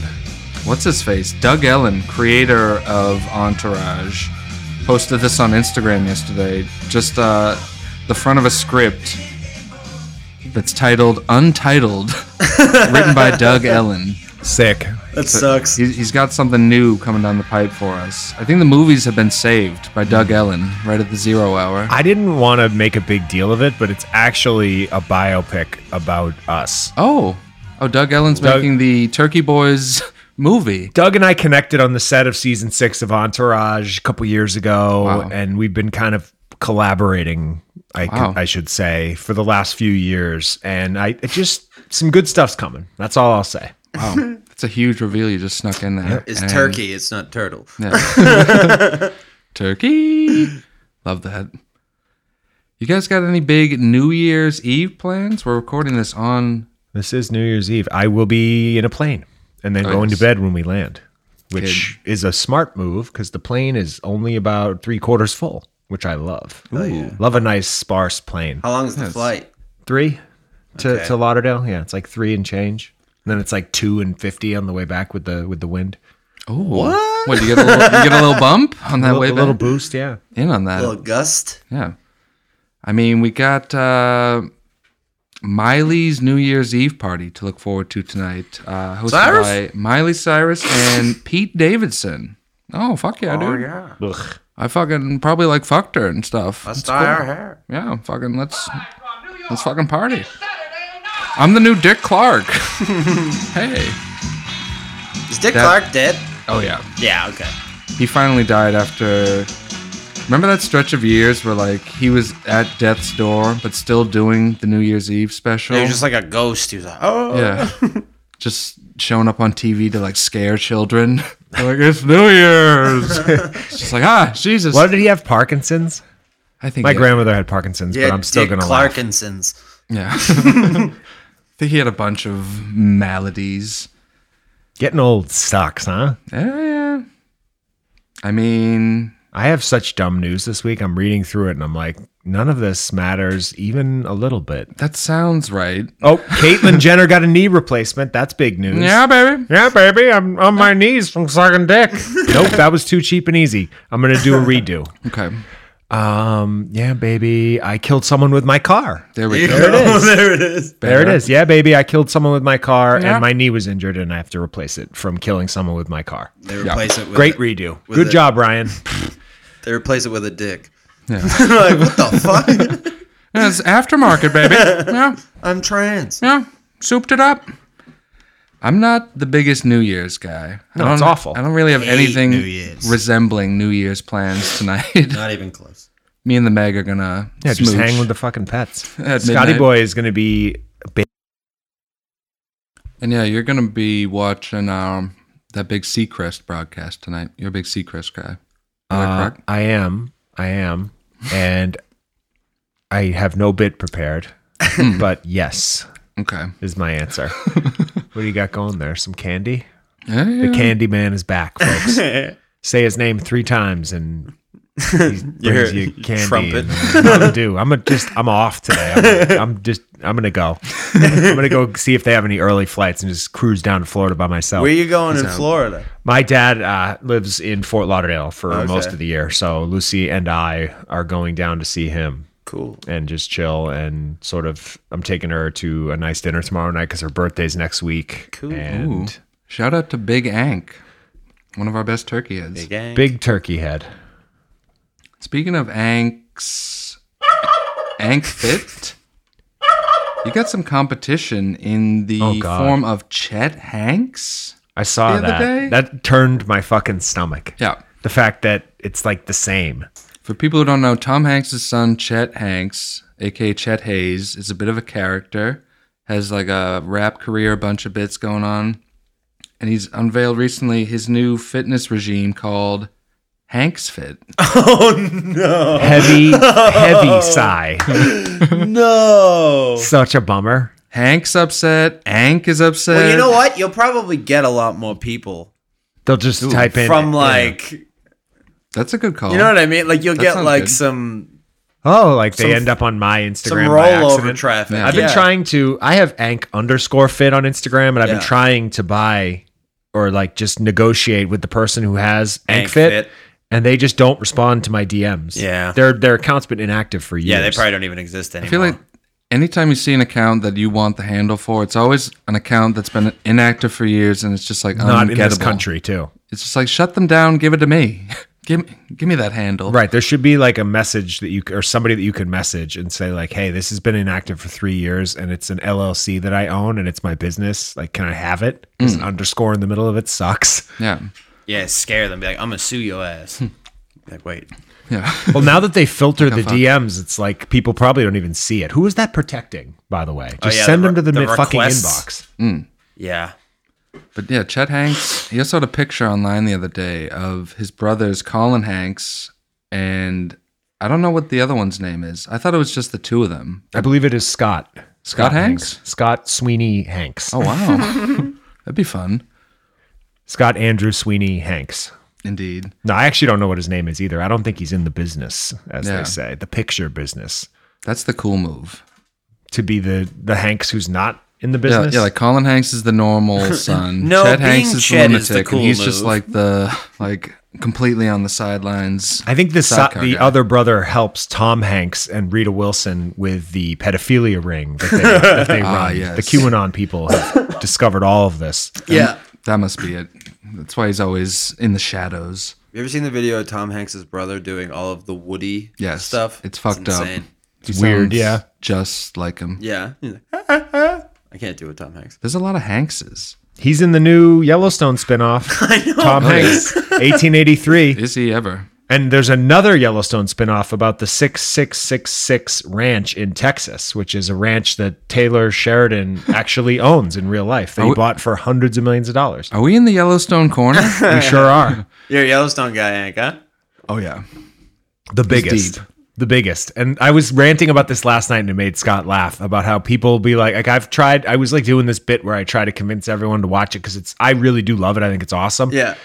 Speaker 5: what's his face? Doug Ellen, creator of Entourage, posted this on Instagram yesterday. Just uh, the front of a script that's titled Untitled, written by Doug Ellen.
Speaker 6: Sick.
Speaker 7: That sucks.
Speaker 5: He's, he's got something new coming down the pipe for us. I think the movies have been saved by Doug Ellen right at the zero hour.
Speaker 6: I didn't want to make a big deal of it, but it's actually a biopic about us.
Speaker 5: Oh, oh, Doug Ellen's
Speaker 6: Doug-
Speaker 5: making the Turkey Boys movie.
Speaker 6: Doug and I connected on the set of season six of Entourage a couple years ago,
Speaker 5: Wow.
Speaker 6: and we've been kind of collaborating. I, c-
Speaker 5: Wow.
Speaker 6: I should say for the last few years, and I it just some good stuff's coming. That's all I'll say.
Speaker 5: Wow, that's a huge reveal you just snuck in there.
Speaker 7: It's
Speaker 5: And-
Speaker 7: turkey, it's not turtle.
Speaker 5: Yeah. Turkey. Love that. You guys got any big New Year's Eve plans? We're recording this on.
Speaker 6: This is New Year's Eve. I will be in a plane and then going
Speaker 5: Nice.
Speaker 6: to bed when we land, which is a smart move because the plane is only about three quarters full, which I love. Love a nice sparse plane.
Speaker 7: How long is the flight?
Speaker 6: Three to,
Speaker 7: Okay.
Speaker 6: to Lauderdale. Yeah, it's like three and change. And then it's like two and fifty on the way back with the with the wind.
Speaker 5: Oh, what? What you get? A little, you get a little bump on that
Speaker 6: A
Speaker 5: way
Speaker 6: little, a
Speaker 5: back.
Speaker 6: little boost, yeah.
Speaker 5: in on that.
Speaker 7: A little gust?
Speaker 5: Yeah. I mean, we got uh, Miley's New Year's Eve party to look forward to tonight, uh, hosted
Speaker 7: Cyrus?
Speaker 5: by Miley Cyrus and Pete Davidson. Oh fuck yeah, dude!
Speaker 7: yeah.
Speaker 6: Ugh.
Speaker 5: I fucking probably like fucked her and stuff.
Speaker 7: Let's
Speaker 5: It's
Speaker 7: dye
Speaker 5: cool.
Speaker 7: our hair.
Speaker 5: Yeah, fucking let's let's fucking party. I'm the new Dick Clark. hey.
Speaker 7: Is Dick
Speaker 5: That-
Speaker 7: Clark dead?
Speaker 5: Oh yeah.
Speaker 7: Yeah, okay.
Speaker 5: He finally died after Remember that stretch of years where like he was at death's door but still doing the New Year's Eve special?
Speaker 7: He was just like a ghost. He was like, oh.
Speaker 5: yeah. just showing up on TV to like scare children. They're like it's New Year's. it's just like, ah, Jesus.
Speaker 6: What did he have? Parkinson's?
Speaker 5: I think
Speaker 6: My
Speaker 5: yeah.
Speaker 6: grandmother had Parkinson's, but I'm still
Speaker 7: Dick
Speaker 6: gonna laugh.
Speaker 7: Clarkinson's.
Speaker 5: Yeah. I think he had a bunch of maladies.
Speaker 6: Getting old sucks, huh?
Speaker 5: Yeah. I mean,
Speaker 6: I have such dumb news this week. I'm reading through it and I'm like, none of this matters even a little bit.
Speaker 5: that sounds right.
Speaker 6: Oh, Caitlyn Jenner got a knee replacement. That's big news.
Speaker 5: Yeah, baby.
Speaker 6: Yeah, baby, I'm on my knees from sucking dick. nope, that was too cheap and easy. I'm gonna do a redo.
Speaker 5: Okay.
Speaker 6: Um, yeah, baby, I killed someone with my car.
Speaker 5: There we go.
Speaker 6: There it is.
Speaker 7: there it is.
Speaker 6: There it is. Yeah, baby, I killed someone with my car,
Speaker 5: Yeah.
Speaker 6: and my knee was injured, and I have to replace it from killing someone with my car.
Speaker 7: They replace it with
Speaker 6: Great
Speaker 7: a-
Speaker 6: redo.
Speaker 7: With
Speaker 6: Good
Speaker 7: it.
Speaker 6: job, Ryan.
Speaker 7: They replace it with a dick. like, what the fuck?
Speaker 5: Yeah, it's aftermarket, baby. Yeah.
Speaker 7: I'm trans.
Speaker 5: Yeah. Souped it up. I'm not the biggest New Year's guy.
Speaker 6: No,
Speaker 5: I don't,
Speaker 6: it's awful.
Speaker 5: I don't really have anything
Speaker 7: New Year's.
Speaker 5: resembling New Year's plans tonight.
Speaker 7: Not even close.
Speaker 5: Me and the Meg are gonna
Speaker 6: Yeah, just
Speaker 5: smooch
Speaker 6: hang with the fucking pets.
Speaker 5: at
Speaker 6: Scotty
Speaker 5: midnight.
Speaker 6: boy is gonna be. ba-
Speaker 5: And yeah, you're gonna be watching um that big Seacrest broadcast tonight. You're a big Seacrest guy. Am I
Speaker 6: Uh,
Speaker 5: correct?
Speaker 6: I am. I am, and I have no bit prepared, but yes
Speaker 5: Okay.
Speaker 6: is my answer. what do you got going there? Some candy.
Speaker 5: Yeah,
Speaker 6: The
Speaker 7: Uh,
Speaker 5: yeah.
Speaker 6: Candy Man is back, folks. Say his name three times, and He brings
Speaker 7: Your
Speaker 6: you candy.
Speaker 7: trumpet.
Speaker 6: and Mountain Dew. I'm gonna just. I'm off today. I'm, I'm just. I'm gonna go. I'm gonna go see if they have any early flights and just cruise down to Florida by myself.
Speaker 7: Where you going in Florida?
Speaker 6: My dad uh, lives in Fort Lauderdale for
Speaker 7: Okay.
Speaker 6: most of the year, so Lucy and I are going down to see him
Speaker 7: Cool.
Speaker 6: and just chill and sort of. I'm taking her to a nice dinner tomorrow night because her birthday's next week.
Speaker 7: Cool.
Speaker 5: Ooh.
Speaker 6: And
Speaker 5: Shout out to Big Ank, one of our best turkey heads.
Speaker 7: Gang.
Speaker 6: big turkey head.
Speaker 5: Speaking of Anks, Ank Fit, you got some competition in the
Speaker 6: Oh, God.
Speaker 5: form of Chet Hanks.
Speaker 6: I saw
Speaker 5: The other
Speaker 6: that.
Speaker 5: day?
Speaker 6: That turned my fucking stomach.
Speaker 5: Yeah.
Speaker 6: The fact that it's like the same.
Speaker 5: For people who don't know, Tom Hanks' son, Chet Hanks, aka Chet Hayes, is a bit of a character, has like a rap career, a bunch of bits going on. And he's unveiled recently his new fitness regime called Hanks Fit.
Speaker 6: Heavy,
Speaker 5: Oh.
Speaker 6: heavy sigh.
Speaker 7: No.
Speaker 6: Such a bummer.
Speaker 5: Hank's upset. Hank is upset.
Speaker 7: Well, you know what? You'll probably get a lot more people
Speaker 6: They'll just type in
Speaker 7: from like
Speaker 5: That's a good call.
Speaker 7: you know what I mean. Like you'll
Speaker 5: That
Speaker 7: get
Speaker 5: sounds
Speaker 7: like
Speaker 5: good.
Speaker 7: some
Speaker 6: Oh, like they
Speaker 7: Some-
Speaker 6: end up on my
Speaker 7: some
Speaker 6: Instagram. by
Speaker 7: rollover
Speaker 6: accident.
Speaker 7: traffic.
Speaker 5: Yeah.
Speaker 6: I've been
Speaker 7: Yeah.
Speaker 6: trying to. I have Ank underscore fit on Instagram, and I've
Speaker 7: Yeah.
Speaker 6: been trying to buy or like just negotiate with the person who has Ank, fit, and they just don't respond to my DMs.
Speaker 7: Yeah.
Speaker 6: their their account's been inactive for years.
Speaker 7: Yeah, they probably don't even exist
Speaker 5: I
Speaker 7: anymore.
Speaker 5: feel like anytime you see an account that you want the handle for, it's always an account that's been inactive for years and it's just like
Speaker 6: not in this
Speaker 5: ungettable.
Speaker 6: country too.
Speaker 5: It's just like shut them down, give it to me. give me give me that handle.
Speaker 6: Right, there should be like a message that you c- or somebody that you could message and say like, "Hey, this has been inactive for three years, and it's an LLC that I own, and it's my business. Like, can I have it?" There's
Speaker 5: Mm.
Speaker 6: an underscore in the middle of it. Sucks.
Speaker 5: Yeah.
Speaker 7: yeah, scare them. Be like, I'm gonna sue your
Speaker 5: Hmm.
Speaker 7: ass. like, wait,
Speaker 5: Yeah.
Speaker 6: Well, now that they filter the DMs, it's like people probably don't even see it. Who is that protecting, by the way?
Speaker 5: Oh,
Speaker 6: Just
Speaker 7: yeah,
Speaker 6: send
Speaker 7: the
Speaker 6: them
Speaker 7: re-
Speaker 6: to the,
Speaker 7: the
Speaker 6: mi- fucking
Speaker 7: requests.
Speaker 6: inbox.
Speaker 7: yeah,
Speaker 5: But yeah, Chet Hanks, he also had a picture online the other day of his brothers, Colin Hanks, and I don't know what the other one's name is. I thought it was just the two of them.
Speaker 6: I believe it is Scott. Scott,
Speaker 5: Scott Hanks?
Speaker 6: Scott Sweeney Hanks.
Speaker 5: Oh, wow. That'd be fun.
Speaker 6: Scott Andrew Sweeney Hanks.
Speaker 5: Indeed.
Speaker 6: No, I actually don't know what his name is either. I don't think he's in the business, as
Speaker 5: Yeah.
Speaker 6: they say, the picture business.
Speaker 5: That's the cool move.
Speaker 6: To be the the Hanks who's not in the
Speaker 5: Yeah,
Speaker 6: business.
Speaker 5: yeah, like Colin Hanks is the normal son.
Speaker 7: No,
Speaker 5: Chet
Speaker 7: being
Speaker 5: Hanks is the
Speaker 7: Chet
Speaker 5: lunatic,
Speaker 7: is the cool
Speaker 5: and he's just
Speaker 7: move.
Speaker 5: like the like completely on the sidelines.
Speaker 6: I think the so,
Speaker 5: Sidecar
Speaker 6: the
Speaker 5: guy.
Speaker 6: other brother helps Tom Hanks and Rita Wilson with the pedophilia ring that they, that they run.
Speaker 5: Ah, yes.
Speaker 6: The QAnon people have discovered all of this.
Speaker 7: yeah.
Speaker 5: That must be it. That's why he's always in the shadows.
Speaker 7: You ever seen the video of Tom Hanks' brother doing all of the Woody
Speaker 5: Yes,
Speaker 7: stuff?
Speaker 5: it's fucked up.
Speaker 7: insane.
Speaker 5: He
Speaker 6: weird,
Speaker 5: sounds
Speaker 6: yeah.
Speaker 5: just like him.
Speaker 7: Yeah, He's like, I can't do it, Tom Hanks.
Speaker 5: There's a lot of Hankses.
Speaker 6: He's in the new Yellowstone spinoff. Tom Hanks, 1883.
Speaker 5: Is he ever?
Speaker 6: And there's another Yellowstone spinoff about the 6666 ranch in Texas, which is a ranch that Taylor Sheridan actually owns in real life that
Speaker 5: Are
Speaker 6: he
Speaker 5: we-
Speaker 6: bought for hundreds of millions of dollars.
Speaker 5: Are we in the Yellowstone corner?
Speaker 6: We sure are.
Speaker 7: You're a Yellowstone guy, Hank, huh?
Speaker 5: oh yeah.
Speaker 6: The biggest.
Speaker 5: deep.
Speaker 6: The biggest. And I was ranting about this last night and it made Scott laugh about how people be like, like I've tried, I was like doing this bit where I try to convince everyone to watch it because it's, I really do love it. I think it's awesome.
Speaker 7: Yeah.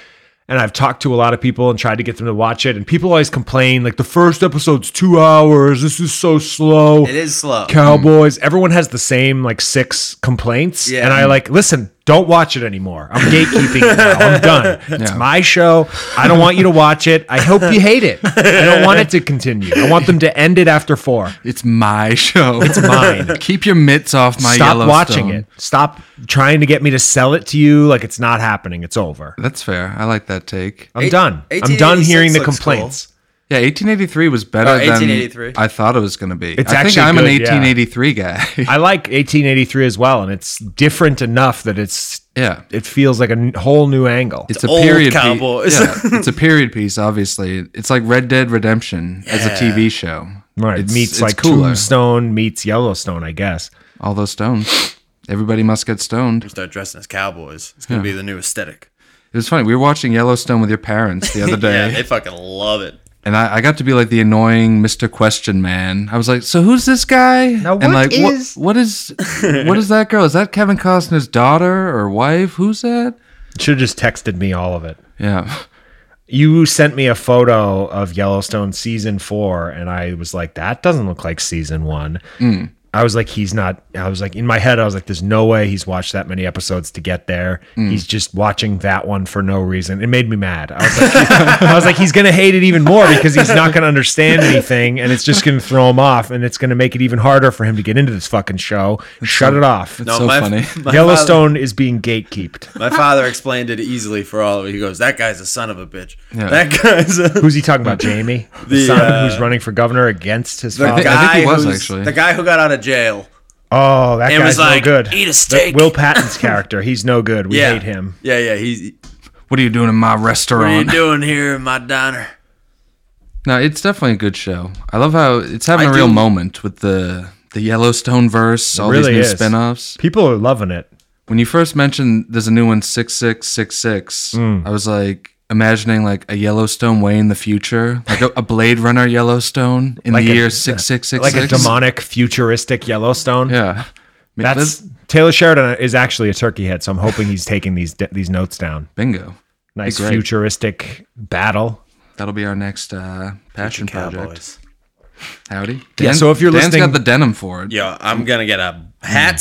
Speaker 6: And I've talked to a lot of people and tried to get them to watch it. And people always complain like the first episode's two hours. This is so slow.
Speaker 7: It is slow.
Speaker 6: Cowboys. Everyone has the same like six complaints.
Speaker 7: Yeah.
Speaker 6: And I like, listen, don't watch it anymore. I'm gatekeeping it now. I'm done. It's
Speaker 5: Yeah.
Speaker 6: my show. I don't want you to watch it. I hope you hate it. I don't want it to continue. I want them to end it after four.
Speaker 5: It's my show. It's
Speaker 6: mine.
Speaker 5: Keep your mitts off my
Speaker 6: Stop
Speaker 5: Yellowstone.
Speaker 6: watching it. Stop trying to get me to sell it to you. Like it's not happening. It's over.
Speaker 5: That's fair. I like that take.
Speaker 6: I'm
Speaker 7: Eight-
Speaker 6: done. I'm done
Speaker 7: 1886
Speaker 6: hearing the
Speaker 7: looks
Speaker 6: complaints.
Speaker 5: Yeah, 1883 was better
Speaker 7: Oh,
Speaker 5: than
Speaker 7: 1883.
Speaker 5: I thought it was going to be.
Speaker 6: It's
Speaker 5: I
Speaker 6: actually
Speaker 5: think I'm an
Speaker 6: good, yeah.
Speaker 5: 1883 guy.
Speaker 6: I like 1883 as well, and it's different enough that it's
Speaker 5: yeah.
Speaker 6: it feels like a n- whole new angle.
Speaker 5: It's a
Speaker 7: old
Speaker 5: period
Speaker 7: cowboys.
Speaker 5: piece. Yeah, it's a period piece, obviously. It's like Red Dead Redemption as a TV show.
Speaker 6: right,
Speaker 5: It's,
Speaker 6: meets
Speaker 5: it's
Speaker 6: like
Speaker 5: cooler.
Speaker 6: Tombstone meets Yellowstone, I guess.
Speaker 5: All those stones. Everybody must get stoned.
Speaker 7: Start dressing as cowboys. It's gonna be the new aesthetic.
Speaker 5: It was funny. We were watching Yellowstone with your parents the other
Speaker 7: Yeah,
Speaker 5: day,
Speaker 7: they fucking love it.
Speaker 5: and I, I got to be like the annoying Mr. Question Man. I was like, "So who's this guy?"
Speaker 6: Now,
Speaker 5: and like,
Speaker 6: what
Speaker 5: "What-
Speaker 6: is-
Speaker 5: what is what is that girl? Is that Kevin Costner's daughter or wife? Who's that?
Speaker 6: Should have just texted me all of it.
Speaker 5: Yeah.
Speaker 6: you sent me a photo of Yellowstone season four, and I was like, that doesn't look like season one.
Speaker 7: Mm.
Speaker 6: I was like, he's not. I was like, in my head, I was like, there's no way he's watched that many episodes to get there.
Speaker 7: Mm.
Speaker 6: He's just watching that one for no reason. It made me mad. I was like, I was like, he's gonna hate it even more because he's not gonna understand anything, and it's just gonna throw him off, and it's gonna make it even harder for him to get into this fucking show. Shut it off.
Speaker 5: So funny.
Speaker 6: Yellowstone is being gatekeeped.
Speaker 7: Father, my father explained it easily for all of it. He goes, "That guy's a son of a bitch.
Speaker 5: Yeah.
Speaker 7: That guy's a,
Speaker 6: Who's he talking about? Jamie, the,
Speaker 7: The,
Speaker 6: son
Speaker 7: uh,
Speaker 6: who's running for governor against his
Speaker 7: the
Speaker 6: father.
Speaker 5: think- I think
Speaker 7: guy
Speaker 5: he was,
Speaker 7: who's-
Speaker 5: actually.
Speaker 7: the guy who got out of jail."
Speaker 6: oh, that
Speaker 7: And
Speaker 6: guy's
Speaker 7: was like,
Speaker 6: no good.
Speaker 7: "Eat a
Speaker 6: The-
Speaker 7: steak."
Speaker 6: Will Patton's character. He's no good. We
Speaker 7: Yeah,
Speaker 6: hate him.
Speaker 7: Yeah, yeah. He's
Speaker 5: What are you doing in my
Speaker 7: what are you
Speaker 5: restaurant?
Speaker 7: doing here in my diner?
Speaker 5: No, it's definitely a good show. I love how it's having
Speaker 7: I
Speaker 5: a real
Speaker 7: do-
Speaker 5: moment with the the Yellowstone verse, all
Speaker 6: really
Speaker 5: these
Speaker 6: is.
Speaker 5: new spin-offs.
Speaker 6: People are loving it.
Speaker 5: When you first mentioned there's a new one 6666,
Speaker 6: Mm.
Speaker 5: I was like imagining like a Yellowstone way in the future, like a, a Blade Runner Yellowstone in
Speaker 6: Like
Speaker 5: the
Speaker 6: a- uh,
Speaker 5: year 6666.
Speaker 6: Like a demonic, futuristic Yellowstone.
Speaker 5: Yeah. I mean,
Speaker 6: That's Taylor Sheridan is actually a turkey head, so I'm hoping he's taking these these notes down.
Speaker 5: bingo.
Speaker 6: Nice
Speaker 5: great.
Speaker 6: futuristic battle.
Speaker 5: That'll be our next uh, passion project.
Speaker 7: Cowboys.
Speaker 5: Howdy.
Speaker 6: Yeah, so if you're
Speaker 5: Dan's
Speaker 6: listening-
Speaker 5: got the denim for it.
Speaker 7: Yo, I'm gonna get a hat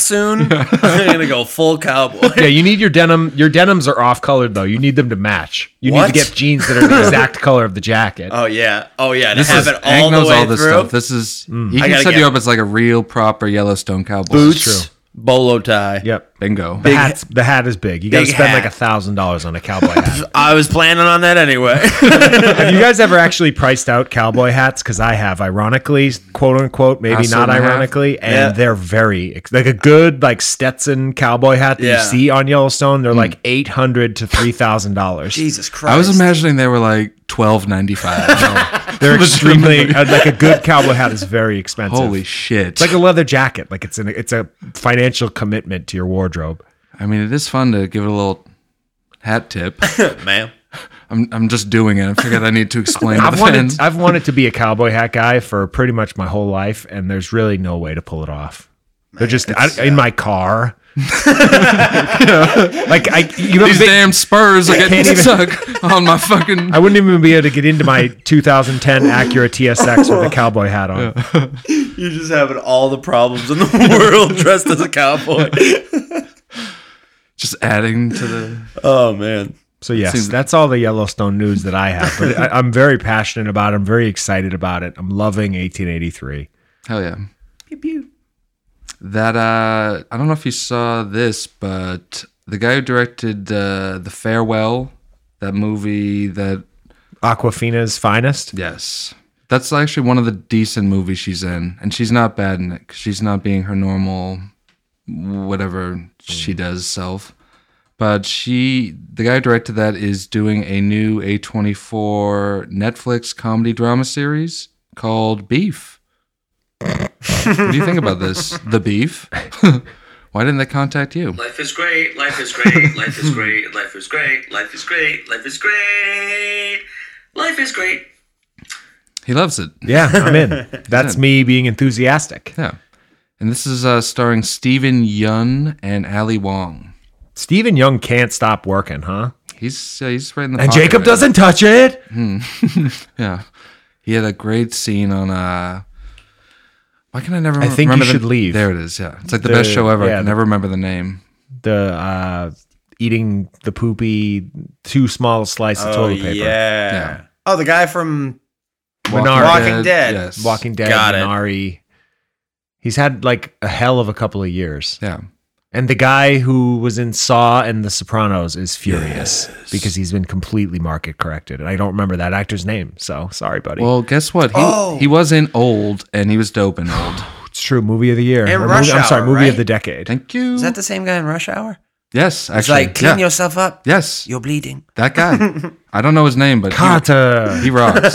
Speaker 7: soon. I'm gonna go full cowboy.
Speaker 6: Yeah, you need your denim. Your denims are off colored though. You need them to match. You
Speaker 7: What?
Speaker 6: need to get jeans that are the exact color of the jacket.
Speaker 7: Oh yeah, oh yeah. To
Speaker 5: This
Speaker 7: have
Speaker 5: is,
Speaker 7: it all
Speaker 5: Hank knows
Speaker 7: the way
Speaker 5: all this
Speaker 7: through.
Speaker 5: stuff. This is,
Speaker 6: Mm.
Speaker 5: he can
Speaker 7: gotta
Speaker 5: set
Speaker 7: get-
Speaker 5: you up as like a real proper Yellowstone cowboy.
Speaker 7: Boots,
Speaker 6: true.
Speaker 7: bolo tie.
Speaker 6: Yep.
Speaker 5: Bingo.
Speaker 6: The, hat's, the hat is big. You got to
Speaker 7: Big
Speaker 6: spend
Speaker 7: hat.
Speaker 6: like a thousand dollars on a cowboy hat.
Speaker 7: I was planning on that anyway.
Speaker 6: have you guys ever actually priced out cowboy hats? Because I have, ironically, quote unquote, maybe
Speaker 5: Awesome
Speaker 6: not
Speaker 5: hat.
Speaker 6: ironically, and
Speaker 7: Yeah.
Speaker 6: they're very ex- like a good like Stetson cowboy hat that
Speaker 7: Yeah. Hmm.
Speaker 6: you see on Yellowstone. They're like eight hundred to three thousand dollars.
Speaker 7: Jesus Christ.
Speaker 5: I was imagining they were like twelve ninety five.
Speaker 6: They're extremely
Speaker 5: Legitimately.
Speaker 6: uh, like a good cowboy hat is very expensive.
Speaker 5: Holy shit!
Speaker 6: It's like a leather jacket. Like it's an it's a financial commitment to your wardrobe.
Speaker 5: I mean, it is fun to give it a little hat tip.
Speaker 7: ma'am.
Speaker 5: I'm I'm just doing it. I figured I need to explain.
Speaker 6: I've
Speaker 5: the
Speaker 6: wanted
Speaker 5: fans.
Speaker 6: I've wanted to be a cowboy hat guy for pretty much my whole life, and there's really no way to pull it off. They're just I, in my car. like I, you know,
Speaker 5: These damn spurs are getting
Speaker 6: can't even-
Speaker 5: stuck on my fucking.
Speaker 6: I wouldn't even be able to get into my 2010 Acura TSX with a cowboy hat on.
Speaker 7: You're just having all the problems in the world dressed as a cowboy.
Speaker 5: Just adding to the.
Speaker 7: Oh man.
Speaker 6: So yes,
Speaker 5: Seems-
Speaker 6: that's all the Yellowstone news that I have. But I, I'm very passionate about. it. I'm very excited about it. I'm loving 1883.
Speaker 5: Hell yeah. That uh, I don't know if you saw this, but the guy who directed uh, the farewell, that movie that
Speaker 6: Aquafina's finest.
Speaker 5: Yes. That's actually one of the decent movies she's in, and she's not bad in it. 'cause she's not being her normal, whatever she does self. But she, the guy who directed that, is doing a new A24 Netflix comedy drama series called Beef. what do you think about this? The Beef? Why didn't they contact you?
Speaker 9: Life is great, life is great, life is great, life is great, life is great, life is great, life is great.
Speaker 5: He loves it.
Speaker 6: Yeah, I'm in. That's me being enthusiastic.
Speaker 5: Yeah. And this is uh, starring Steven Yun and Ali Wong.
Speaker 6: Stephen Young can't stop working, huh?
Speaker 5: He's yeah, he's right in the
Speaker 6: And
Speaker 5: pocket
Speaker 6: Jacob
Speaker 5: right
Speaker 6: doesn't touch it.
Speaker 5: now. Yeah, he had a great scene on. uh Why can I never?
Speaker 6: I think
Speaker 5: remember
Speaker 6: you
Speaker 5: the-
Speaker 6: should leave.
Speaker 5: There it is. Yeah, it's like the,
Speaker 6: The-
Speaker 5: best show ever.
Speaker 6: yeah,
Speaker 5: I can
Speaker 6: the-
Speaker 5: never remember the name.
Speaker 6: The uh, eating the poopy, too small a slice of toilet paper.
Speaker 7: Oh, Yeah.
Speaker 5: Yeah.
Speaker 7: Oh, the guy from
Speaker 6: Menard.
Speaker 7: Walking Dead.
Speaker 5: Yes.
Speaker 6: Walking Dead,
Speaker 7: Got it.
Speaker 6: Minari. He's had like a hell of a couple of years.
Speaker 5: Yeah.
Speaker 6: And the guy who was in Saw and The Sopranos is furious because he's been completely market corrected. And I don't remember that actor's name. So sorry, buddy.
Speaker 5: Well, guess what? He
Speaker 7: Oh.
Speaker 5: he was in Old, and he was dope in Old.
Speaker 6: it's true. Movie of the year.
Speaker 7: And
Speaker 6: Or
Speaker 7: Rush
Speaker 6: movie- I'm sorry,
Speaker 7: Hour,
Speaker 6: movie of
Speaker 7: right?
Speaker 6: the decade.
Speaker 5: Thank you.
Speaker 7: is that the same guy in Rush Hour?
Speaker 5: yes,
Speaker 7: It's
Speaker 5: actually.
Speaker 7: like clean
Speaker 5: yeah.
Speaker 7: yourself up.
Speaker 5: Yes,
Speaker 7: You're bleeding.
Speaker 5: that guy. I don't know his name, but he-
Speaker 6: Carter.
Speaker 5: he rocks.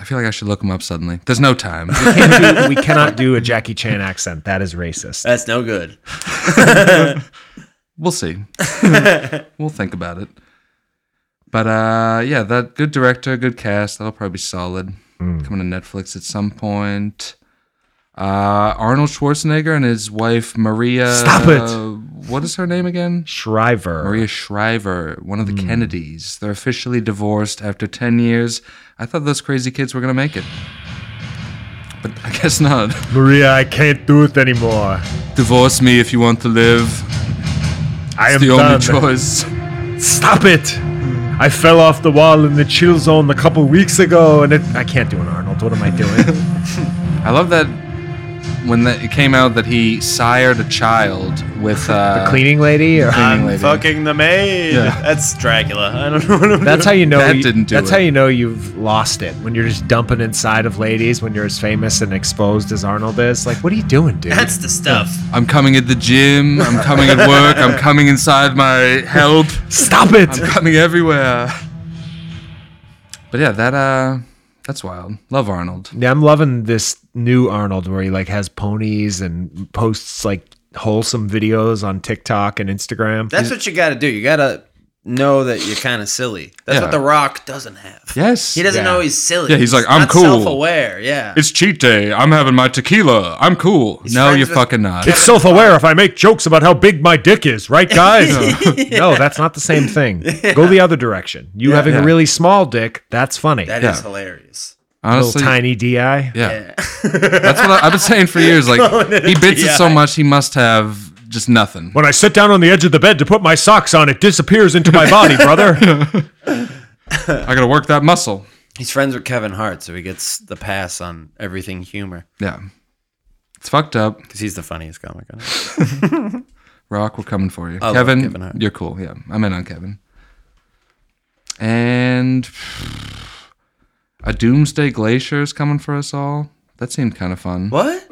Speaker 5: I feel like I should look him up suddenly. There's no time.
Speaker 6: can't do- we cannot do a Jackie Chan accent. That is racist.
Speaker 7: That's no good.
Speaker 5: We'll see. we'll think about it. But uh, yeah, that good director, good cast. That'll probably be solid.
Speaker 6: Mm.
Speaker 5: Coming to Netflix at some point. Uh, Arnold Schwarzenegger and his wife Maria.
Speaker 6: Stop it.
Speaker 5: what is her name again?
Speaker 6: Shriver.
Speaker 5: Maria Shriver, one of the
Speaker 6: Mm.
Speaker 5: Kennedys. They're officially divorced after 10 years. I thought those crazy kids were going to make it. But I guess not.
Speaker 6: Maria, I can't do it anymore.
Speaker 5: Divorce me if you want to live.
Speaker 6: I am
Speaker 5: It's the only
Speaker 6: done.
Speaker 5: choice.
Speaker 6: Stop it! I fell off the wall in the chill zone a couple weeks ago, and it, I can't do an Arnold. What am I doing?
Speaker 5: I love that when that it came out that he sired a child with uh,
Speaker 6: the cleaning lady? Or?
Speaker 5: cleaning lady.
Speaker 7: the maid.
Speaker 5: Yeah.
Speaker 7: That's Dracula. I don't know what I'm
Speaker 6: That's how you know.
Speaker 5: That
Speaker 6: you-
Speaker 5: didn't do
Speaker 6: That's
Speaker 5: it.
Speaker 6: how you know you've lost it when you're just dumping inside of ladies when you're as famous and exposed as Arnold is. Like, what are you doing, dude?
Speaker 10: That's the stuff.
Speaker 5: I'm coming at the gym. I'm coming at work. I'm coming inside my help.
Speaker 6: Stop it!
Speaker 5: I'm coming everywhere. But yeah, that uh, that's wild. Love Arnold.
Speaker 6: Yeah, I'm loving this new Arnold where he like has ponies and posts like wholesome videos on TikTok and Instagram.
Speaker 7: That's what you got to do. You got to know that you're kind of silly. That's
Speaker 5: Yeah.
Speaker 7: what The Rock doesn't have.
Speaker 5: Yes.
Speaker 7: He doesn't know he's silly.
Speaker 5: Yeah, he's like, "I'm
Speaker 7: not
Speaker 5: cool."
Speaker 7: Self-aware. Yeah.
Speaker 5: It's cheat day. I'm having my tequila. I'm cool. no,
Speaker 7: friends
Speaker 5: you're
Speaker 7: with-
Speaker 5: fucking not.
Speaker 6: it's self-aware if I make jokes about how big my dick is, right, guys? No, that's not the same thing. Go the other direction. You having
Speaker 5: Yeah.
Speaker 6: a really small dick, that's funny.
Speaker 7: That is
Speaker 5: Yeah.
Speaker 7: hilarious.
Speaker 5: Honestly,
Speaker 6: Little tiny DI.
Speaker 5: yeah.
Speaker 7: Yeah.
Speaker 5: That's what I, I've been saying for years. Like he bits it so much, he must have just nothing.
Speaker 6: When I sit down on the edge of the bed to put my socks on, it disappears into my body, brother.
Speaker 5: I gotta work that muscle.
Speaker 7: He's friends with Kevin Hart, so he gets the pass on everything humor
Speaker 5: Yeah, it's fucked up.
Speaker 7: because he's the funniest comic on it.
Speaker 5: Rock, we're coming for you.
Speaker 7: love
Speaker 5: Kevin,
Speaker 7: Kevin Hart.
Speaker 5: you're cool. Yeah, I'm in on Kevin. And a doomsday glacier is coming for us all. That seemed kind of fun.
Speaker 7: What?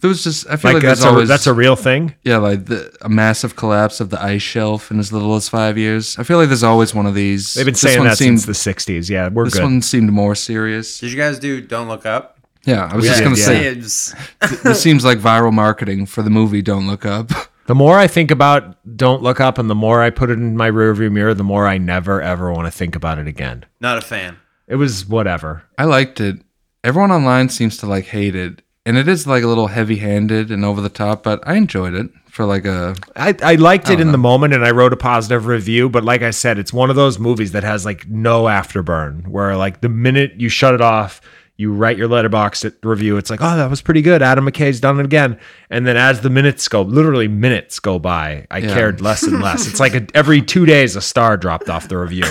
Speaker 5: There was just I feel like,
Speaker 6: like
Speaker 5: there's
Speaker 6: that's a,
Speaker 5: always
Speaker 6: that's a real thing.
Speaker 5: yeah like the, a massive collapse of the ice shelf in as little as five years. I feel like there's always one of these.
Speaker 6: They've been
Speaker 5: This
Speaker 6: saying
Speaker 5: one
Speaker 6: that
Speaker 5: seemed-
Speaker 6: since the '60s. Yeah, we're
Speaker 5: This
Speaker 6: good.
Speaker 5: one seemed more serious.
Speaker 7: Did you guys do Don't Look Up?
Speaker 5: Yeah, I was just
Speaker 6: did,
Speaker 5: gonna
Speaker 6: yeah.
Speaker 5: say
Speaker 7: It's-
Speaker 5: this seems like viral marketing for the movie Don't Look Up.
Speaker 6: The more I think about Don't Look Up and the more I put it in my rearview mirror, the more I never ever want to think about it again.
Speaker 7: Not a fan.
Speaker 6: It was whatever.
Speaker 5: I liked it. Everyone online seems to like hate it, and it is like a little heavy-handed and over the top, but I enjoyed it for like a
Speaker 6: I, I liked it in the moment and I wrote a positive review, but like I said, it's one of those movies that has like no afterburn where like the minute you shut it off, you write your letterbox review, it's like, oh, that was pretty good. Adam McKay's done it again. And then as the minutes go, literally minutes go by, I
Speaker 5: Yeah.
Speaker 6: cared less and less. it's like a, every two days a star dropped off the review.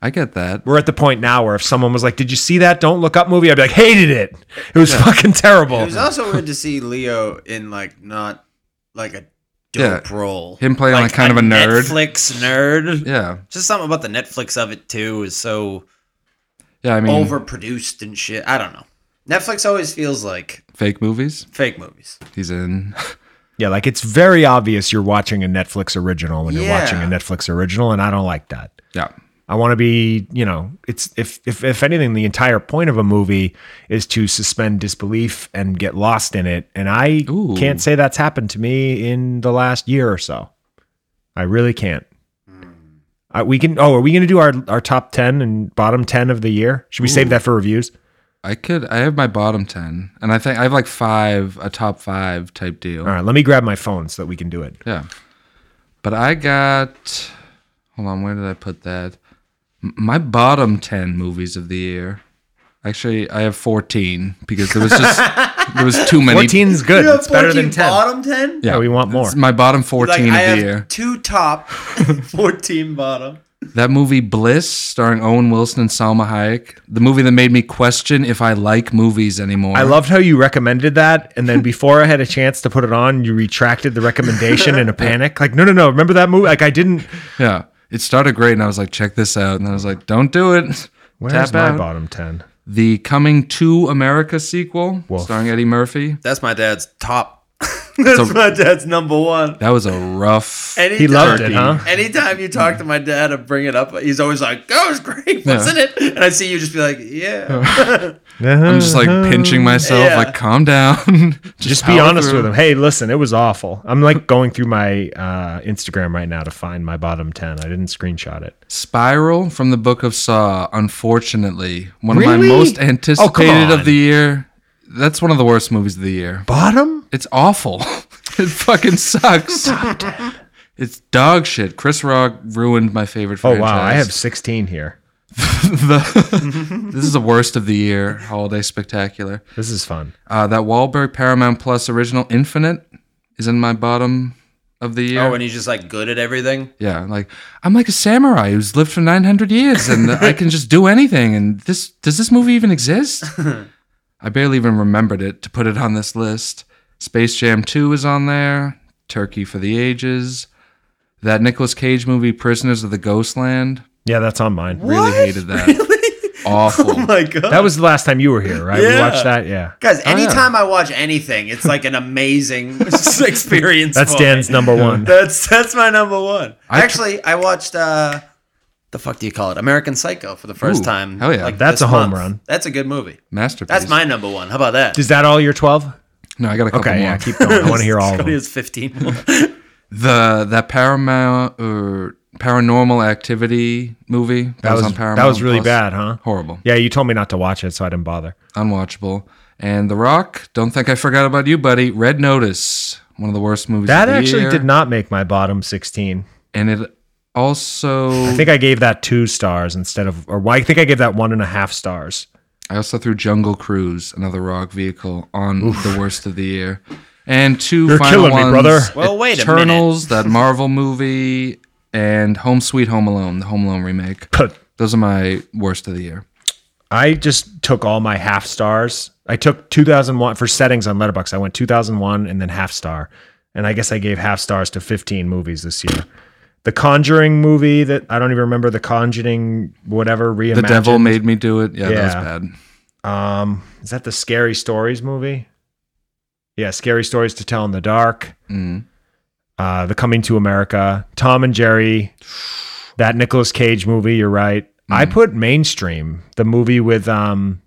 Speaker 5: I get that.
Speaker 6: we're at the point now where if someone was like, "Did you see that? Don't look up movie," I'd be like, "Hated it. It was fucking
Speaker 7: It
Speaker 6: terrible."
Speaker 7: was also weird to see Leo in like not like a dope role.
Speaker 5: Him playing like, kind of a nerd.
Speaker 7: Netflix nerd.
Speaker 5: Yeah.
Speaker 7: Just something about the Netflix of it too is so
Speaker 5: Yeah, I mean
Speaker 7: overproduced and shit. I don't know. Netflix always feels like
Speaker 5: fake movies.
Speaker 7: fake movies.
Speaker 5: He's in.
Speaker 6: yeah, like it's very obvious you're watching a Netflix original when you're
Speaker 7: Yeah.
Speaker 6: watching a Netflix original, and I don't like that.
Speaker 5: Yeah.
Speaker 6: I want to be, you know, it's if if if anything, the entire point of a movie is to suspend disbelief and get lost in it, and I
Speaker 5: Ooh.
Speaker 6: can't say that's happened to me in the last year or so. I really can't.
Speaker 7: Hmm.
Speaker 6: Uh, we can. Oh, are we going to do our our top ten and bottom ten of the year? Should we save that for reviews?
Speaker 5: I could I have my bottom 10 and I think I have like 5 a top 5 type deal.
Speaker 6: All right, let me grab my phone so that we can do it.
Speaker 5: Yeah. But I got. Hold on, where did I put that? M- My bottom 10 movies of the year. Actually, I have 14 because there was just. there was too many.
Speaker 6: 14 is good. It's better than 10.
Speaker 7: bottom ten.
Speaker 6: Yeah, we want more.
Speaker 5: It's my bottom 14
Speaker 7: Like
Speaker 5: of the
Speaker 7: I have
Speaker 5: year.
Speaker 7: two top, fourteen bottom.
Speaker 5: That movie Bliss, starring Owen Wilson and Salma Hayek. The movie that made me question if I like movies anymore.
Speaker 6: I loved how you recommended that. And then before I had a chance to put it on, you retracted the recommendation in a panic. Like, no, no, no. Remember that movie? Like, I didn't.
Speaker 5: Yeah. It started great and I was like, check this out. And then I was like, don't do it.
Speaker 6: Where's
Speaker 5: Tap
Speaker 6: my
Speaker 5: out.
Speaker 6: bottom 10?
Speaker 5: The Coming to America sequel,
Speaker 6: Woof.
Speaker 5: starring Eddie Murphy.
Speaker 7: That's my dad's top. That's
Speaker 5: So-
Speaker 7: my dad's number one.
Speaker 5: That was a rough.
Speaker 7: Anytime,
Speaker 6: He loved it, huh?
Speaker 7: Anytime you talk to my dad and bring it up, he's always like, "That was great,
Speaker 5: Yeah.
Speaker 7: wasn't it?" And I see you just be like, "Yeah."
Speaker 5: I'm just like pinching myself,
Speaker 7: Yeah.
Speaker 5: like calm down.
Speaker 6: Uh-huh. Just be
Speaker 5: power
Speaker 6: honest
Speaker 5: through.
Speaker 6: with him. Hey, listen, it was awful. I'm like going through my uh, Instagram right now to find my bottom 10. I didn't screenshot it.
Speaker 5: Spiral from the Book of Saw, unfortunately, one of my
Speaker 6: Really?
Speaker 5: most
Speaker 6: Oh, come
Speaker 5: anticipated
Speaker 6: on.
Speaker 5: of the year. That's one of the worst movies of the year.
Speaker 6: Bottom?
Speaker 5: It's awful. It fucking sucks. it's dog shit. Chris Rock ruined my favorite
Speaker 6: Oh
Speaker 5: franchise.
Speaker 6: wow, I have 16 here.
Speaker 5: The- this is the worst of the year holiday spectacular.
Speaker 6: This is fun.
Speaker 5: Uh, that Wahlberg Paramount Plus original Infinite is in my bottom of the year.
Speaker 7: Oh, and he's just like good at everything.
Speaker 5: yeah, like I'm like a samurai who's lived for 900 years and I can just do anything. And this does this movie even exist? I barely even remembered it to put it on this list. Space Jam 2 is on there. Turkey for the Ages. That Nicolas Cage movie, Prisoners of the Ghostland.
Speaker 6: Yeah, that's on mine.
Speaker 5: Really hated that. Awful.
Speaker 7: Oh My God,
Speaker 6: That was the last time you were here, right? We watched that. Yeah,
Speaker 7: guys! Anytime I watch anything, it's like an amazing experience.
Speaker 6: that's
Speaker 7: for
Speaker 6: Dan's
Speaker 7: me.
Speaker 6: number one.
Speaker 7: That's that's my number one.
Speaker 5: I-
Speaker 7: Actually, I watched uh, the fuck do you call it? American Psycho for the first
Speaker 5: Ooh,
Speaker 7: time.
Speaker 5: hell yeah.
Speaker 6: That's
Speaker 7: this
Speaker 6: a home
Speaker 7: month.
Speaker 6: run.
Speaker 7: That's a good movie.
Speaker 5: Masterpiece.
Speaker 7: That's my number one. How about that?
Speaker 6: Is that all your 12?
Speaker 5: No, I got a couple
Speaker 6: Okay,
Speaker 5: more.
Speaker 6: yeah, keep going. I want to hear all of
Speaker 7: Cody
Speaker 6: them.
Speaker 7: has fifteen. more.
Speaker 5: the that Paramount or Paranormal Activity movie that,
Speaker 6: That
Speaker 5: was,
Speaker 6: was
Speaker 5: on Paramount.
Speaker 6: that was really
Speaker 5: Plus.
Speaker 6: bad, huh?
Speaker 5: Horrible,
Speaker 6: Yeah, you told me not to watch it, so I didn't bother.
Speaker 5: unwatchable. And The Rock. Don't think I forgot about you, buddy. Red Notice, one of the worst movies.
Speaker 6: That
Speaker 5: of the
Speaker 6: actually
Speaker 5: year.
Speaker 6: did not make my bottom 16.
Speaker 5: And it also,
Speaker 6: I
Speaker 5: I,
Speaker 6: think I gave that two stars instead of, or well, I think I gave that one and a half stars.
Speaker 5: also threw Jungle Cruise, another Rock vehicle, on the worst of the year. And 2
Speaker 6: You're
Speaker 5: final
Speaker 6: killing me,
Speaker 5: ones,
Speaker 6: brother.
Speaker 7: Well, wait a minute.
Speaker 5: Eternals, that Marvel movie, and Home Sweet Home Alone, the Home Alone remake.
Speaker 6: But
Speaker 5: Those are my worst of the year.
Speaker 6: I just took all my half stars. I took 2001 for settings on Letterbox. I went 2001 and then half star. And I guess I gave half stars to 15 movies this year. The Conjuring movie that I don't even remember, The Conjuring, whatever, reimagined.
Speaker 5: The Devil Made Me Do It. Yeah, that was
Speaker 6: Yeah.
Speaker 5: bad.
Speaker 6: Um, is that the Scary Stories movie? Yeah, Scary Stories to Tell in the Dark.
Speaker 5: Mm.
Speaker 6: Uh, the Coming to America, Tom and Jerry, that Nicolas Cage movie. You're right. I
Speaker 5: Mm.
Speaker 6: put Mainstream, the movie with um.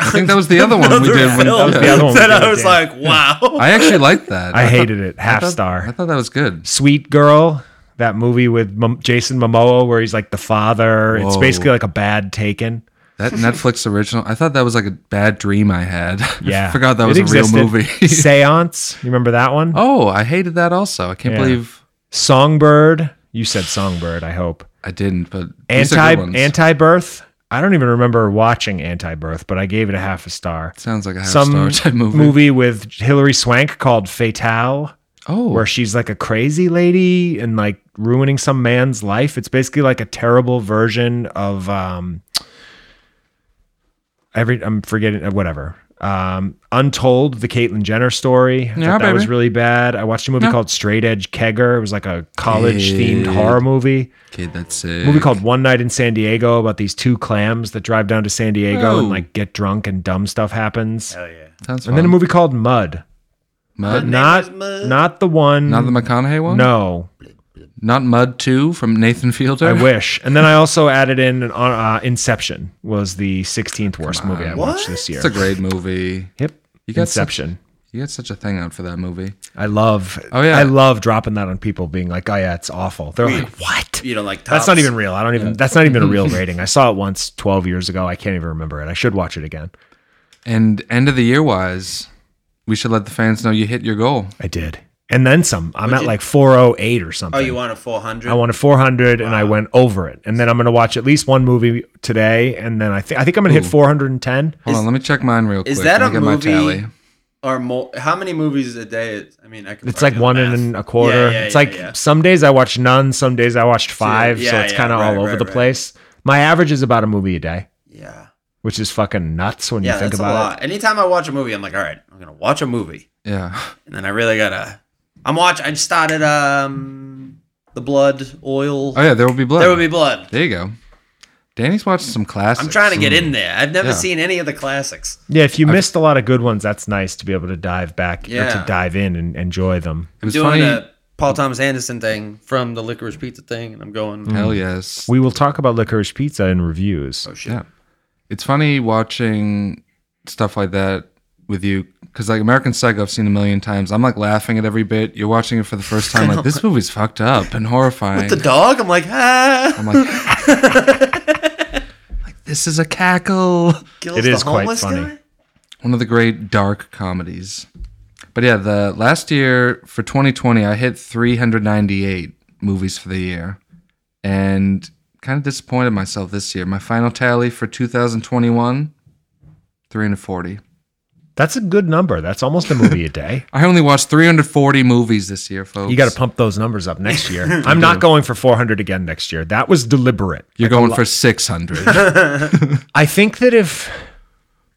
Speaker 5: I think that was the other one we
Speaker 7: Another
Speaker 5: did. When,
Speaker 7: film
Speaker 6: was the other one we
Speaker 7: that
Speaker 6: did,
Speaker 7: I was
Speaker 6: Dan.
Speaker 7: like, wow.
Speaker 5: I actually liked that.
Speaker 6: I
Speaker 5: thought-
Speaker 6: hated it.
Speaker 5: I
Speaker 6: Half
Speaker 5: thought- I
Speaker 6: star.
Speaker 5: thought that was good.
Speaker 6: Sweet Girl, that movie with Mom- Jason Momoa where he's like the father. It's
Speaker 5: Whoa.
Speaker 6: basically like a bad Taken.
Speaker 5: That Netflix original. I thought that was like a bad dream I had.
Speaker 6: Yeah,
Speaker 5: I forgot that was
Speaker 6: It
Speaker 5: a
Speaker 6: existed.
Speaker 5: real movie.
Speaker 6: Seance. You remember that one?
Speaker 5: oh, I hated that also. I can't
Speaker 6: Yeah.
Speaker 5: believe
Speaker 6: Songbird. You said Songbird. I hope.
Speaker 5: I didn't. But these are
Speaker 6: Anti
Speaker 5: good ones.
Speaker 6: Anti Birth. I don't even remember watching Anti Birth, but I gave it a half a star.
Speaker 5: sounds like a half
Speaker 6: Some
Speaker 5: star type movie.
Speaker 6: with Hilary Swank called Fatale,
Speaker 5: Oh,
Speaker 6: where she's like a crazy lady and like ruining some man's life. It's basically like a terrible version of um every I'm forgetting uh, whatever. Um, Untold, the Caitlyn Jenner story. I thought
Speaker 5: Yeah,
Speaker 6: that was
Speaker 5: baby.
Speaker 6: really bad. I watched a movie
Speaker 5: Yeah.
Speaker 6: called Straight Edge Kegger. It was like a college themed
Speaker 5: Kid.
Speaker 6: horror movie
Speaker 5: okay, that's it.
Speaker 6: movie called One Night in San Diego about these two clams that drive down to San Diego and
Speaker 5: Oh.
Speaker 6: like get drunk and dumb stuff happens. And
Speaker 5: Sounds
Speaker 6: then a
Speaker 5: fun.
Speaker 6: movie called Mud.
Speaker 5: Mud.
Speaker 6: Not not the one.
Speaker 5: Not the McConaughey one.
Speaker 6: no,
Speaker 5: Not Mud Two from Nathan Fielder.
Speaker 6: I wish. And then I also added in an, uh, Inception was the 16th worst movie I watched this year.
Speaker 5: It's a great movie.
Speaker 6: yep.
Speaker 5: You got such,
Speaker 6: Inception.
Speaker 5: you got such a thing out for that movie.
Speaker 6: I love.
Speaker 5: Oh, yeah.
Speaker 6: I love dropping that on people being like, "Oh yeah, it's awful." They're like, "What?"
Speaker 7: You don't like tops.
Speaker 6: That's not even real. I don't even. That's not even a real rating. I saw it once 12 years ago. I can't even remember it. I should watch it again.
Speaker 5: And end of the year wise, we should let the fans know you hit your goal.
Speaker 6: I did. And then some. I'm at like 408 or something.
Speaker 7: Oh, you want a four hundred?
Speaker 6: I wanted 400 and I went over it. And then I'm going to watch at least one movie today and then I think I think I'm going to hit 410.
Speaker 5: Hold
Speaker 7: Is-
Speaker 5: on, let me check mine real quick.
Speaker 7: is that
Speaker 5: Let me
Speaker 7: a
Speaker 5: get
Speaker 7: movie- or more. How many movies a day? Is, I mean, I can.
Speaker 6: It's like one and a quarter.
Speaker 7: Yeah, yeah,
Speaker 6: it's
Speaker 7: yeah,
Speaker 6: like
Speaker 7: yeah.
Speaker 6: some days I watched none, some days I watched 5, so
Speaker 7: yeah,
Speaker 6: it's
Speaker 7: yeah,
Speaker 6: kind of
Speaker 7: right,
Speaker 6: all over
Speaker 7: right,
Speaker 6: the
Speaker 7: right.
Speaker 6: place. My average is about a movie a day,
Speaker 7: Yeah,
Speaker 6: which is fucking nuts when
Speaker 7: yeah,
Speaker 6: you think
Speaker 7: that's a
Speaker 6: about it.
Speaker 7: lot. Anytime I watch a movie, I'm like, all right, I'm gonna watch a movie,
Speaker 5: Yeah.
Speaker 7: and then I really gotta. I'm watch. I just started um, the blood oil.
Speaker 5: Oh yeah, there will be blood.
Speaker 7: There will be blood.
Speaker 5: There you go. Danny's watching some classics. Mm.
Speaker 7: I'm trying to get in there. I've never
Speaker 5: Yeah.
Speaker 7: seen any of the classics.
Speaker 6: Yeah, if you missed a lot of good ones, that's nice to be able to dive back or to
Speaker 7: Yeah.
Speaker 6: dive in and enjoy them.
Speaker 5: It was
Speaker 7: doing
Speaker 5: funny.
Speaker 7: a Paul Thomas Anderson thing from the Licorice Pizza thing, and I'm going.
Speaker 5: Hell yes.
Speaker 6: We will talk about licorice pizza in reviews.
Speaker 7: Oh shit!
Speaker 5: yeah. It's funny watching stuff like that with you because like American Psycho, I've seen a million times. I'm like laughing at every bit. You're watching it for the first time. Like this movie's fucked up and horrifying.
Speaker 7: The dog. I'm like, ah,
Speaker 5: I'm like, like this is a cackle.
Speaker 7: kills
Speaker 6: It
Speaker 7: the
Speaker 6: is quite
Speaker 7: homeless
Speaker 6: funny.
Speaker 7: guy?
Speaker 5: One of the great dark comedies. But yeah, the last year for 2020, I hit 398 movies for the year, and kind of disappointed myself this year. My final tally for 2021, 340.
Speaker 6: That's a good number. That's almost a movie a day.
Speaker 5: I only watched 340 movies this year, folks.
Speaker 6: You got to pump those numbers up next year. I'm not going for 400 again next year. That was deliberate.
Speaker 5: You're going for 600.
Speaker 6: I think that if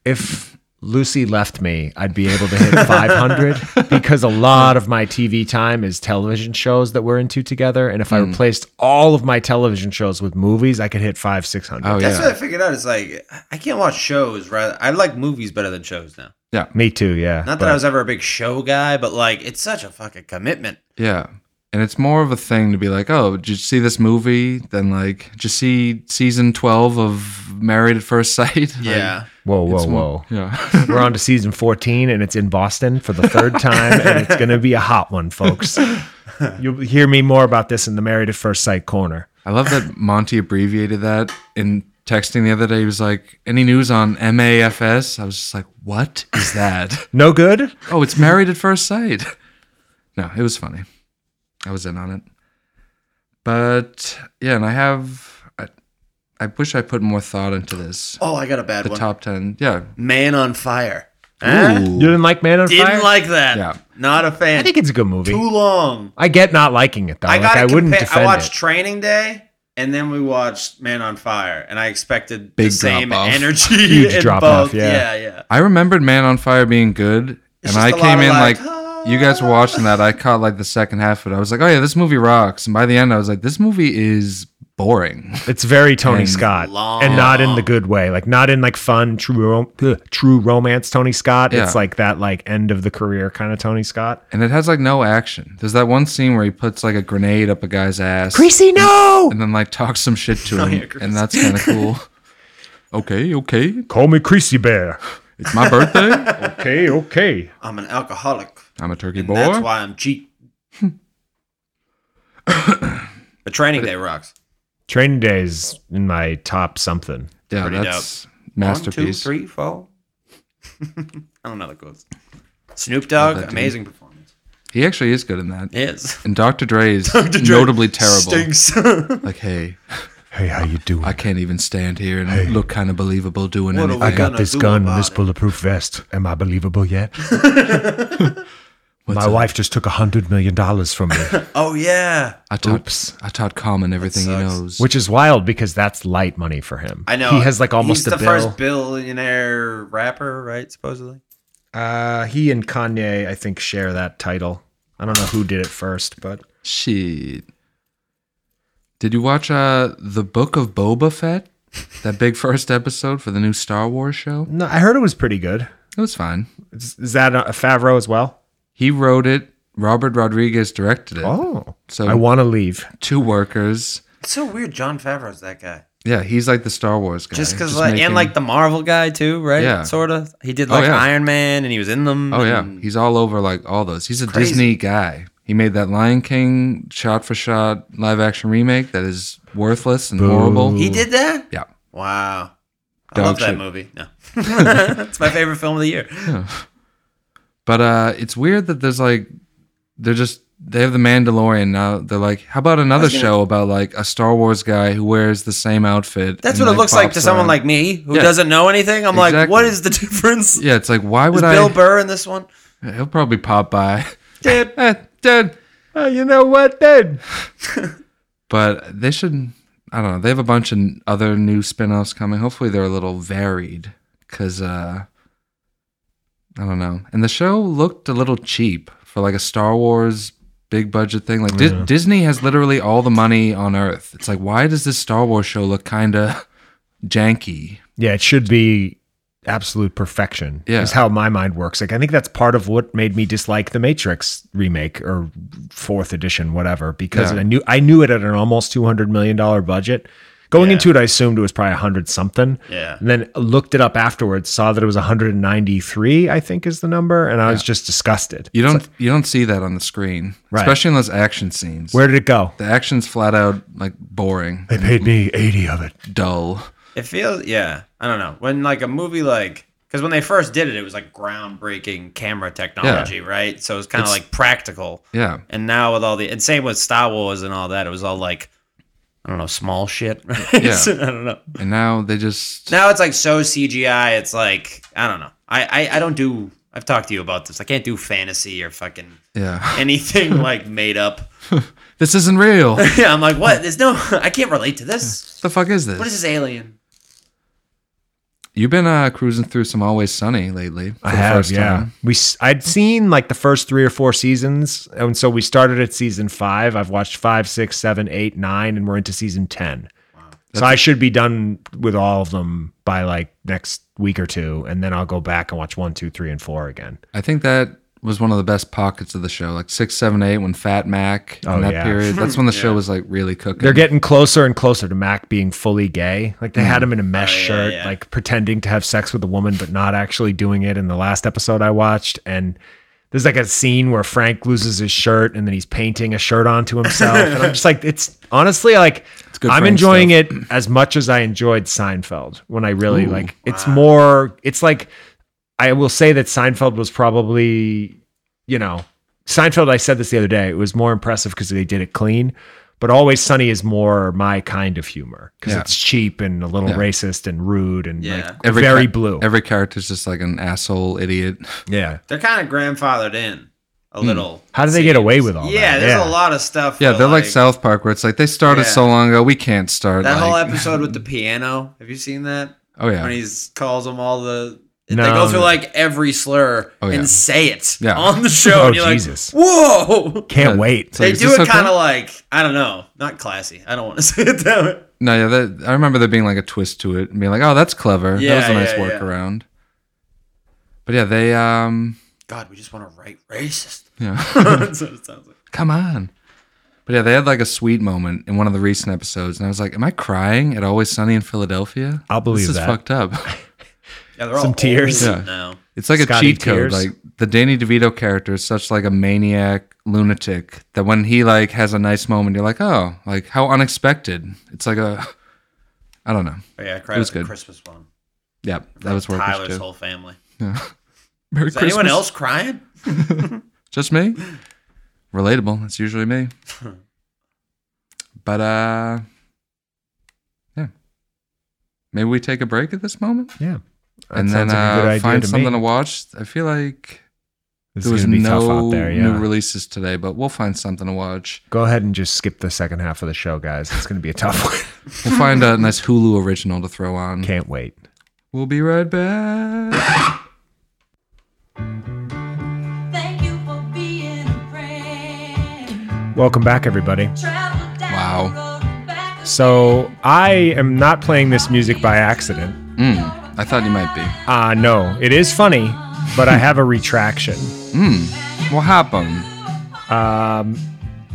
Speaker 6: if Lucy left me, I'd be able to hit 500 because a lot of my TV time is television shows that we're into together. And if
Speaker 7: Hmm.
Speaker 6: I replaced all of my television shows with movies, I could hit five, 600.
Speaker 5: oh
Speaker 7: That's
Speaker 5: yeah,
Speaker 7: what I figured out. It's like I can't watch shows. Rather, I like movies better than shows now.
Speaker 6: Me too, yeah.
Speaker 7: Not that I was ever a big show guy, but like it's such a fucking commitment.
Speaker 5: yeah. And it's more of a thing to be like, oh, did you see this movie? Then like, did you see season 12 of Married at First Sight? Like,
Speaker 6: Whoa, whoa,
Speaker 5: it's more-
Speaker 6: Oh, whoa.
Speaker 5: Yeah.
Speaker 6: We're on to season 14 and it's in Boston for the third time and it's going to be a hot one, folks. You'll hear me more about this in the Married at First Sight corner.
Speaker 5: I love that Monty abbreviated that in texting the other day. He was like, any news on MAFS? I was just like, what is that?
Speaker 6: No good?
Speaker 5: oh, it's Married at First Sight. No, it was funny. I was in on it. But yeah, and I have, I, I wish I put more thought into this.
Speaker 7: Oh, I got a bad
Speaker 5: the
Speaker 7: one.
Speaker 5: top 10. Yeah.
Speaker 7: Man on Fire.
Speaker 6: You didn't like Man on
Speaker 7: Didn't
Speaker 6: Fire?
Speaker 7: like that.
Speaker 5: Yeah.
Speaker 7: Not a fan.
Speaker 6: I think it's a good movie.
Speaker 7: Too long.
Speaker 6: I get not liking it though.
Speaker 7: I
Speaker 6: I, like,
Speaker 7: got.
Speaker 6: I wouldn't
Speaker 7: I
Speaker 6: defend
Speaker 7: watched
Speaker 6: it.
Speaker 7: Training Day, and then we watched Man on Fire, and I expected the
Speaker 5: Big
Speaker 7: same
Speaker 5: drop off.
Speaker 7: energy.
Speaker 6: Huge
Speaker 7: in
Speaker 6: drop
Speaker 7: both.
Speaker 6: off, yeah.
Speaker 7: yeah, yeah.
Speaker 5: I remembered Man on Fire being good,
Speaker 7: It's
Speaker 5: and I
Speaker 7: just a lot
Speaker 5: came
Speaker 7: of
Speaker 5: in
Speaker 7: like,
Speaker 5: like, you guys were watching that. I caught like the second half of it. I was like, oh yeah, this movie rocks. And by the end, I was like, this movie is boring.
Speaker 6: It's very Tony
Speaker 5: And
Speaker 6: Scott,
Speaker 7: long.
Speaker 6: and not in the good way. Like not in like fun true rom- ugh, true romance Tony Scott.
Speaker 5: Yeah.
Speaker 6: It's like that like end of the career kind of Tony Scott.
Speaker 5: And it has like no action. There's that one scene where he puts like a grenade up a guy's ass,
Speaker 6: Greasy, no.
Speaker 5: and then like talks some shit
Speaker 7: Oh,
Speaker 5: to him, and that's kind of cool. okay, okay,
Speaker 6: Call me Creasy Bear.
Speaker 5: it's my birthday.
Speaker 6: Okay, okay.
Speaker 7: I'm an alcoholic.
Speaker 5: I'm a turkey
Speaker 7: And
Speaker 5: boy.
Speaker 7: That's why I'm cheap. but Training Day rocks.
Speaker 6: Training Day's in my top something.
Speaker 5: yeah,
Speaker 7: pretty
Speaker 5: that's masterpiece.
Speaker 7: One, two, three, four. I don't know the goes. Snoop Dogg,
Speaker 5: that dude.
Speaker 7: amazing performance.
Speaker 5: He actually is good in that.
Speaker 7: Yes.
Speaker 5: And Dr. Dre is
Speaker 7: Dr. Dre
Speaker 5: notably terrible.
Speaker 7: Stinks.
Speaker 5: Like, hey,
Speaker 6: Hey, how you doing?
Speaker 5: I can't even stand here and look kind of believable doing
Speaker 7: What are
Speaker 5: anything.
Speaker 7: we gonna-
Speaker 6: this
Speaker 7: do
Speaker 6: gun
Speaker 7: about
Speaker 6: and this
Speaker 7: it.
Speaker 6: bulletproof vest. Am I believable yet? My wife just took a hundred million dollars from me.
Speaker 7: oh yeah.
Speaker 5: I taught,
Speaker 6: Oops.
Speaker 5: I taught Common everything he
Speaker 7: sucks.
Speaker 5: knows.
Speaker 6: Which is wild because that's light money for him.
Speaker 7: I know.
Speaker 6: He has like almost
Speaker 7: He's
Speaker 6: a
Speaker 7: the
Speaker 6: bill.
Speaker 7: first billionaire rapper, right? Supposedly.
Speaker 6: Uh, he and Kanye, I think, share that title. I don't know who did it first, but
Speaker 5: Shit. Did you watch uh the Book of Boba Fett? That big first episode for the new Star Wars show?
Speaker 6: no, I heard it was pretty good.
Speaker 5: It was fine.
Speaker 6: Is, is that a, a Favreau as well?
Speaker 5: He wrote it. Robert Rodriguez directed it.
Speaker 6: Oh,
Speaker 5: So-
Speaker 6: I want to leave.
Speaker 5: Two workers.
Speaker 7: It's so weird. John Favreau's that guy.
Speaker 5: Yeah, he's like the Star Wars guy.
Speaker 7: Just because, like,
Speaker 5: making-
Speaker 7: and like the Marvel guy too, right?
Speaker 5: Yeah.
Speaker 7: Sort of. He did
Speaker 5: Oh,
Speaker 7: like
Speaker 5: yeah.
Speaker 7: Iron Man, and he was in them.
Speaker 5: Oh yeah,
Speaker 7: and-
Speaker 5: he's all over like all those. He's a
Speaker 7: Mm-hmm. Crazy.
Speaker 5: Disney guy. He made that Lion King shot for shot live action remake that is worthless and horrible.
Speaker 7: He did that.
Speaker 5: Yeah.
Speaker 7: Wow. I
Speaker 5: Dog
Speaker 7: love that
Speaker 5: shit.
Speaker 7: movie. No. it's my favorite film of the year.
Speaker 5: But uh it's weird that there's like they're just they have the Mandalorian now. They're like, how about another show about like a Star Wars guy who wears the same outfit?
Speaker 7: That's
Speaker 5: and,
Speaker 7: what it looks like to
Speaker 5: bops
Speaker 7: someone
Speaker 5: around?
Speaker 7: like me who
Speaker 5: Yeah.
Speaker 7: doesn't know anything. I'm like,
Speaker 5: Exactly.
Speaker 7: what is the difference?
Speaker 5: Yeah, it's like why
Speaker 7: Is
Speaker 5: would I?
Speaker 7: Bill Burr in this one?
Speaker 5: He'll probably pop by.
Speaker 7: Dude.
Speaker 5: Eh, Dead.
Speaker 6: Oh, you know what then?
Speaker 5: But they should. I don't know. They have a bunch of other new spin-offs coming. Hopefully, they're a little varied because uh, I don't know. And the show looked a little cheap for like a Star Wars big budget thing. Like Di- Disney has literally all the money on earth. It's like why does this Star Wars show look kind of janky?
Speaker 6: Yeah, it should be absolute perfection.
Speaker 5: Yeah.
Speaker 6: Is how my mind works. Like I think that's part of what made me dislike the Matrix remake or fourth edition, whatever, because
Speaker 5: Yeah.
Speaker 6: I knew I knew it at an almost two hundred million dollar budget. Going into it, I assumed it was probably a hundred something.
Speaker 7: Yeah.
Speaker 6: And then looked it up afterwards, saw that it was 193, I think is the number, and I was just disgusted.
Speaker 5: You don't you don't see that on the screen,
Speaker 6: Right.
Speaker 5: especially in those action scenes.
Speaker 6: Where did it go?
Speaker 5: the action's flat out like boring,
Speaker 6: They paid me 80 of it.
Speaker 5: dull.
Speaker 7: It feels yeah. I don't know. When like a movie like because when they first did it, it was like groundbreaking camera technology, right? So it was kind of
Speaker 5: It's-
Speaker 7: like practical.
Speaker 5: Yeah.
Speaker 7: And now with all the and same with Star Wars and all that, it was all like I don't know, small shit. Right?
Speaker 5: Yeah.
Speaker 7: So, I don't know.
Speaker 5: And now they just
Speaker 7: Now it's like so CGI. It's like I don't know. I, I I don't do. I've talked to you about this. I can't do fantasy or fucking
Speaker 5: yeah.
Speaker 7: anything like made up.
Speaker 5: This isn't real. What
Speaker 7: Yeah, I'm like, what? There's no. I can't relate to this.
Speaker 5: the fuck is this?
Speaker 7: What is this alien?
Speaker 5: You've been uh, cruising through some Always Sunny lately. for
Speaker 6: I
Speaker 5: the
Speaker 6: have,
Speaker 5: first
Speaker 6: yeah.
Speaker 5: time.
Speaker 6: We s- I'd seen like the first three or four seasons, and so we started at season five. I've watched five, six, seven, eight, nine, and we're into season ten. So I should be done with all of them by like next week or two, and then I'll go back and watch one, two, three, and four again.
Speaker 5: I think that was one of the best pockets of the show, like six, seven, eight, when Fat Mac in
Speaker 6: Oh,
Speaker 5: that
Speaker 6: yeah.
Speaker 5: period. That's when the show was like really cooking.
Speaker 6: They're getting closer and closer to Mac being fully gay. Like they
Speaker 5: Hmm.
Speaker 6: had him in a
Speaker 5: Oh,
Speaker 6: mesh
Speaker 7: yeah,
Speaker 6: shirt,
Speaker 7: yeah.
Speaker 6: like pretending to have sex with a woman, but not actually doing it in the last episode I watched. And there's like a scene where Frank loses his shirt and then he's painting a shirt onto himself. and I'm just like, it's honestly like
Speaker 5: good
Speaker 6: I'm
Speaker 5: Frank
Speaker 6: enjoying
Speaker 5: stuff.
Speaker 6: it as much as I enjoyed Seinfeld when I really like it's more it's like I will say that Seinfeld was probably, you know, Seinfeld I said this the other day, it was more impressive because they did it clean. But Always Sunny is more my kind of humor because
Speaker 5: Yeah.
Speaker 6: it's cheap and a little
Speaker 5: Yeah.
Speaker 6: racist and rude and
Speaker 7: Yeah.
Speaker 6: like very
Speaker 5: cha-
Speaker 6: blue.
Speaker 5: Every character's just like an asshole idiot.
Speaker 6: yeah.
Speaker 7: They're kind of grandfathered in a little.
Speaker 6: How do they get away with all
Speaker 7: yeah,
Speaker 6: that?
Speaker 7: there's a lot of stuff.
Speaker 5: Hmm. Yeah,
Speaker 7: that,
Speaker 5: they're like, South Park, where it's like they started
Speaker 7: Yeah.
Speaker 5: so long ago, we can't start.
Speaker 7: That
Speaker 5: like,
Speaker 7: whole episode with the piano. Have you seen that?
Speaker 5: oh yeah,
Speaker 7: When he calls them all the.
Speaker 6: No.
Speaker 7: They go through like every slur
Speaker 5: Oh, yeah.
Speaker 7: and say it
Speaker 5: Yeah.
Speaker 7: on the show.
Speaker 6: Oh,
Speaker 7: and you're like,
Speaker 6: Jesus.
Speaker 7: Whoa!
Speaker 6: Can't
Speaker 5: Yeah.
Speaker 6: wait.
Speaker 5: So
Speaker 7: they
Speaker 5: is
Speaker 7: do
Speaker 5: this
Speaker 7: it
Speaker 5: okay?
Speaker 7: kind of like I don't know, not classy. I don't want to say it that way.
Speaker 5: no, yeah. That, I remember there being like a twist to it and being like, oh, that's clever.
Speaker 7: Yeah,
Speaker 5: that was a nice
Speaker 7: yeah, yeah.
Speaker 5: workaround. But yeah, they um,
Speaker 7: God, we just want to write racist.
Speaker 5: yeah.
Speaker 7: That's what it sounds like.
Speaker 5: come on. But yeah, they had like a sweet moment in one of the recent episodes, and I was like, "Am I crying at Always Sunny in Philadelphia?"
Speaker 6: I'll believe
Speaker 5: this is
Speaker 6: that.
Speaker 5: fucked up.
Speaker 7: Yeah, they're all
Speaker 6: Some tears.
Speaker 7: old
Speaker 5: Yeah.
Speaker 7: now.
Speaker 5: It's like a
Speaker 6: Scotty
Speaker 5: cheat
Speaker 6: tears.
Speaker 5: code. Like the Danny DeVito character is such like a maniac lunatic that when he like has a nice moment, you're like, "Oh, like how unexpected." It's like a, I don't know.
Speaker 7: Oh, yeah, I
Speaker 5: It
Speaker 7: cried
Speaker 5: was
Speaker 7: at the
Speaker 5: good.
Speaker 7: Christmas one.
Speaker 5: Yeah, that was worth
Speaker 7: Tyler's
Speaker 5: too.
Speaker 7: whole family.
Speaker 5: Merry
Speaker 7: Is anyone
Speaker 5: Christmas.
Speaker 7: else crying?
Speaker 5: Just me? Relatable. That's usually me. But uh yeah. Maybe we take a break at this moment
Speaker 6: Yeah. That
Speaker 5: and then
Speaker 6: sounds like a
Speaker 5: uh,
Speaker 6: good idea
Speaker 5: find
Speaker 6: to
Speaker 5: something to
Speaker 6: me.
Speaker 5: watch. I feel like
Speaker 6: This
Speaker 5: there
Speaker 6: is
Speaker 5: was
Speaker 6: gonna be
Speaker 5: no
Speaker 6: tough out there. Yeah.
Speaker 5: new releases today, but we'll find something to watch.
Speaker 6: Go ahead and just skip the second half of the show, guys. It's gonna be a tough one.
Speaker 5: We'll find a nice Hulu original to throw on.
Speaker 6: Can't wait.
Speaker 5: We'll be right back.
Speaker 10: Thank you for being a friend.
Speaker 6: Welcome back, everybody.
Speaker 10: Travel down
Speaker 5: Wow.
Speaker 10: the road back
Speaker 6: So I am not playing this music by accident.
Speaker 5: Mm, I thought you might be.
Speaker 6: Uh no, it is funny, but I have a retraction.
Speaker 5: What happened?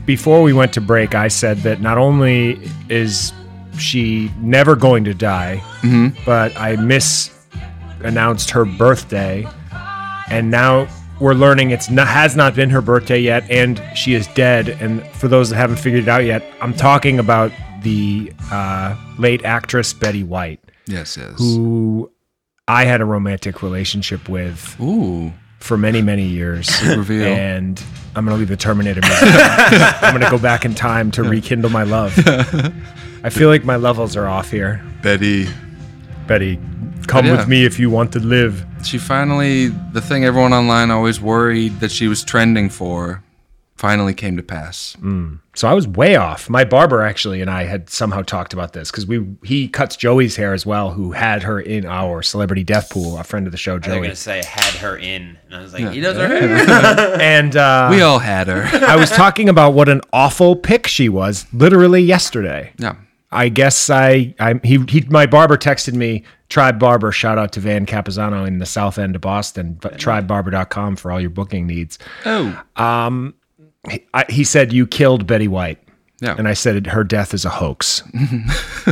Speaker 6: Before we went to break, I said that not only is she never going to die, but I misannounced her birthday, and now we're learning it's not, has not been her birthday yet, and she is dead. And for those that haven't figured it out yet, I'm talking about the uh, late actress Betty White,
Speaker 5: Yes, yes.
Speaker 6: who I had a romantic relationship with
Speaker 5: Ooh.
Speaker 6: for many many years.
Speaker 5: reveal.
Speaker 6: And I'm gonna leave the Terminator. music on. I'm gonna go back in time to rekindle my love. I feel like my levels are off here.
Speaker 5: Betty.
Speaker 6: Betty,
Speaker 5: But
Speaker 6: come
Speaker 5: yeah.
Speaker 6: with me if you want to live.
Speaker 5: She finally, the thing everyone online always worried that she was trending for, finally came to pass.
Speaker 6: So I was way off. My barber actually and I had somehow talked about this because we he cuts Joey's hair as well, who had her in our celebrity death pool, a friend of the show,
Speaker 7: They're
Speaker 6: Joey.
Speaker 7: gonna say had her in, and I was like, he does her hair.
Speaker 6: And uh,
Speaker 5: We all had her.
Speaker 6: I was talking about what an awful pick she was literally yesterday.
Speaker 5: yeah.
Speaker 6: I guess I, I he, he my barber texted me Tribe Barber shout out to Van Capizano in the South End of Boston but tribebarber.com for all your booking needs.
Speaker 5: Oh.
Speaker 6: I, he said you killed Betty White
Speaker 5: Yeah.
Speaker 6: and I said her death is a hoax.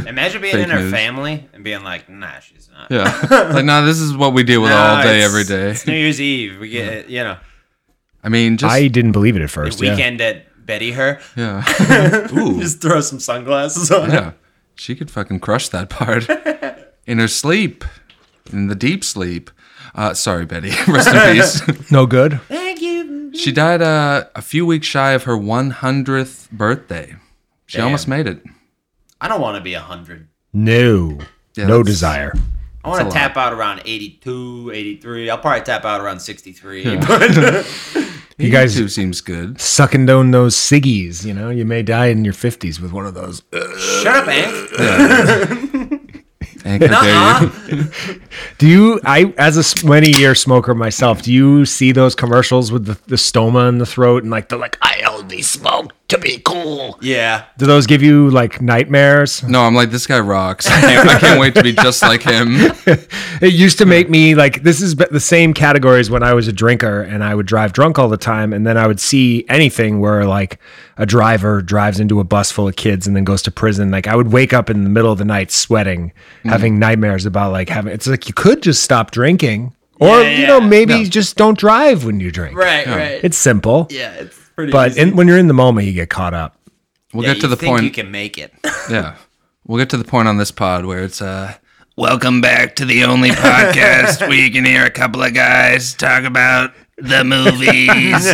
Speaker 7: Imagine being
Speaker 5: Fake
Speaker 7: in her
Speaker 5: news.
Speaker 7: family and being like, nah, she's not.
Speaker 5: yeah. like, nah, this is what we deal with
Speaker 7: No,
Speaker 5: all day,
Speaker 7: it's-
Speaker 5: every day.
Speaker 7: It's New Year's Eve. We get you know
Speaker 5: I mean, just.
Speaker 6: I didn't believe it at
Speaker 7: the
Speaker 6: first. yeah.
Speaker 7: weekend at Betty her.
Speaker 5: yeah.
Speaker 7: Just throw some sunglasses on.
Speaker 5: Yeah. She could fucking crush that part in her sleep, in the deep sleep. Uh, sorry, Betty. Rest in peace.
Speaker 6: No good.
Speaker 5: She died uh, a few weeks shy of her 100th birthday. She
Speaker 7: Damn.
Speaker 5: almost made it.
Speaker 7: I don't want to be 100.
Speaker 6: No.
Speaker 5: Yeah,
Speaker 6: no
Speaker 5: that's-
Speaker 6: desire.
Speaker 7: I want
Speaker 5: a
Speaker 7: to tap out around 82, 83. I'll probably tap out around 63.
Speaker 6: You guys
Speaker 5: Two seems good.
Speaker 6: sucking down those ciggies, you know? You may die in your 50s with one of those.
Speaker 7: Shut up, Hank.
Speaker 5: And compare you.
Speaker 6: Do you, I, as a s- many year smoker myself, do you see those commercials with the, the stoma in the throat and like the like, I only smoke to be cool?
Speaker 7: Yeah.
Speaker 6: Do those give you like nightmares?
Speaker 5: No, I'm like, this guy rocks. I can't, I can't wait to be just like him.
Speaker 6: It used to make me like this is the same category as when I was a drinker and I would drive drunk all the time, and then I would see anything where like a driver drives into a bus full of kids and then goes to prison. Like I would wake up in the middle of the night sweating, having nightmares about like having. It's like you could just stop drinking, or you know maybe just don't drive when you drink.
Speaker 7: Right, right.
Speaker 6: It's simple,
Speaker 7: yeah, it's pretty
Speaker 6: but
Speaker 7: easy.
Speaker 6: in, when you're in the moment, you get caught up.
Speaker 5: We'll
Speaker 7: Yeah,
Speaker 5: get to
Speaker 7: you
Speaker 5: the
Speaker 7: think
Speaker 5: point.
Speaker 7: you can make it.
Speaker 5: Yeah. We'll get to the point on this pod where it's uh Welcome back to the only podcast where you can hear a couple of guys talk about the movies.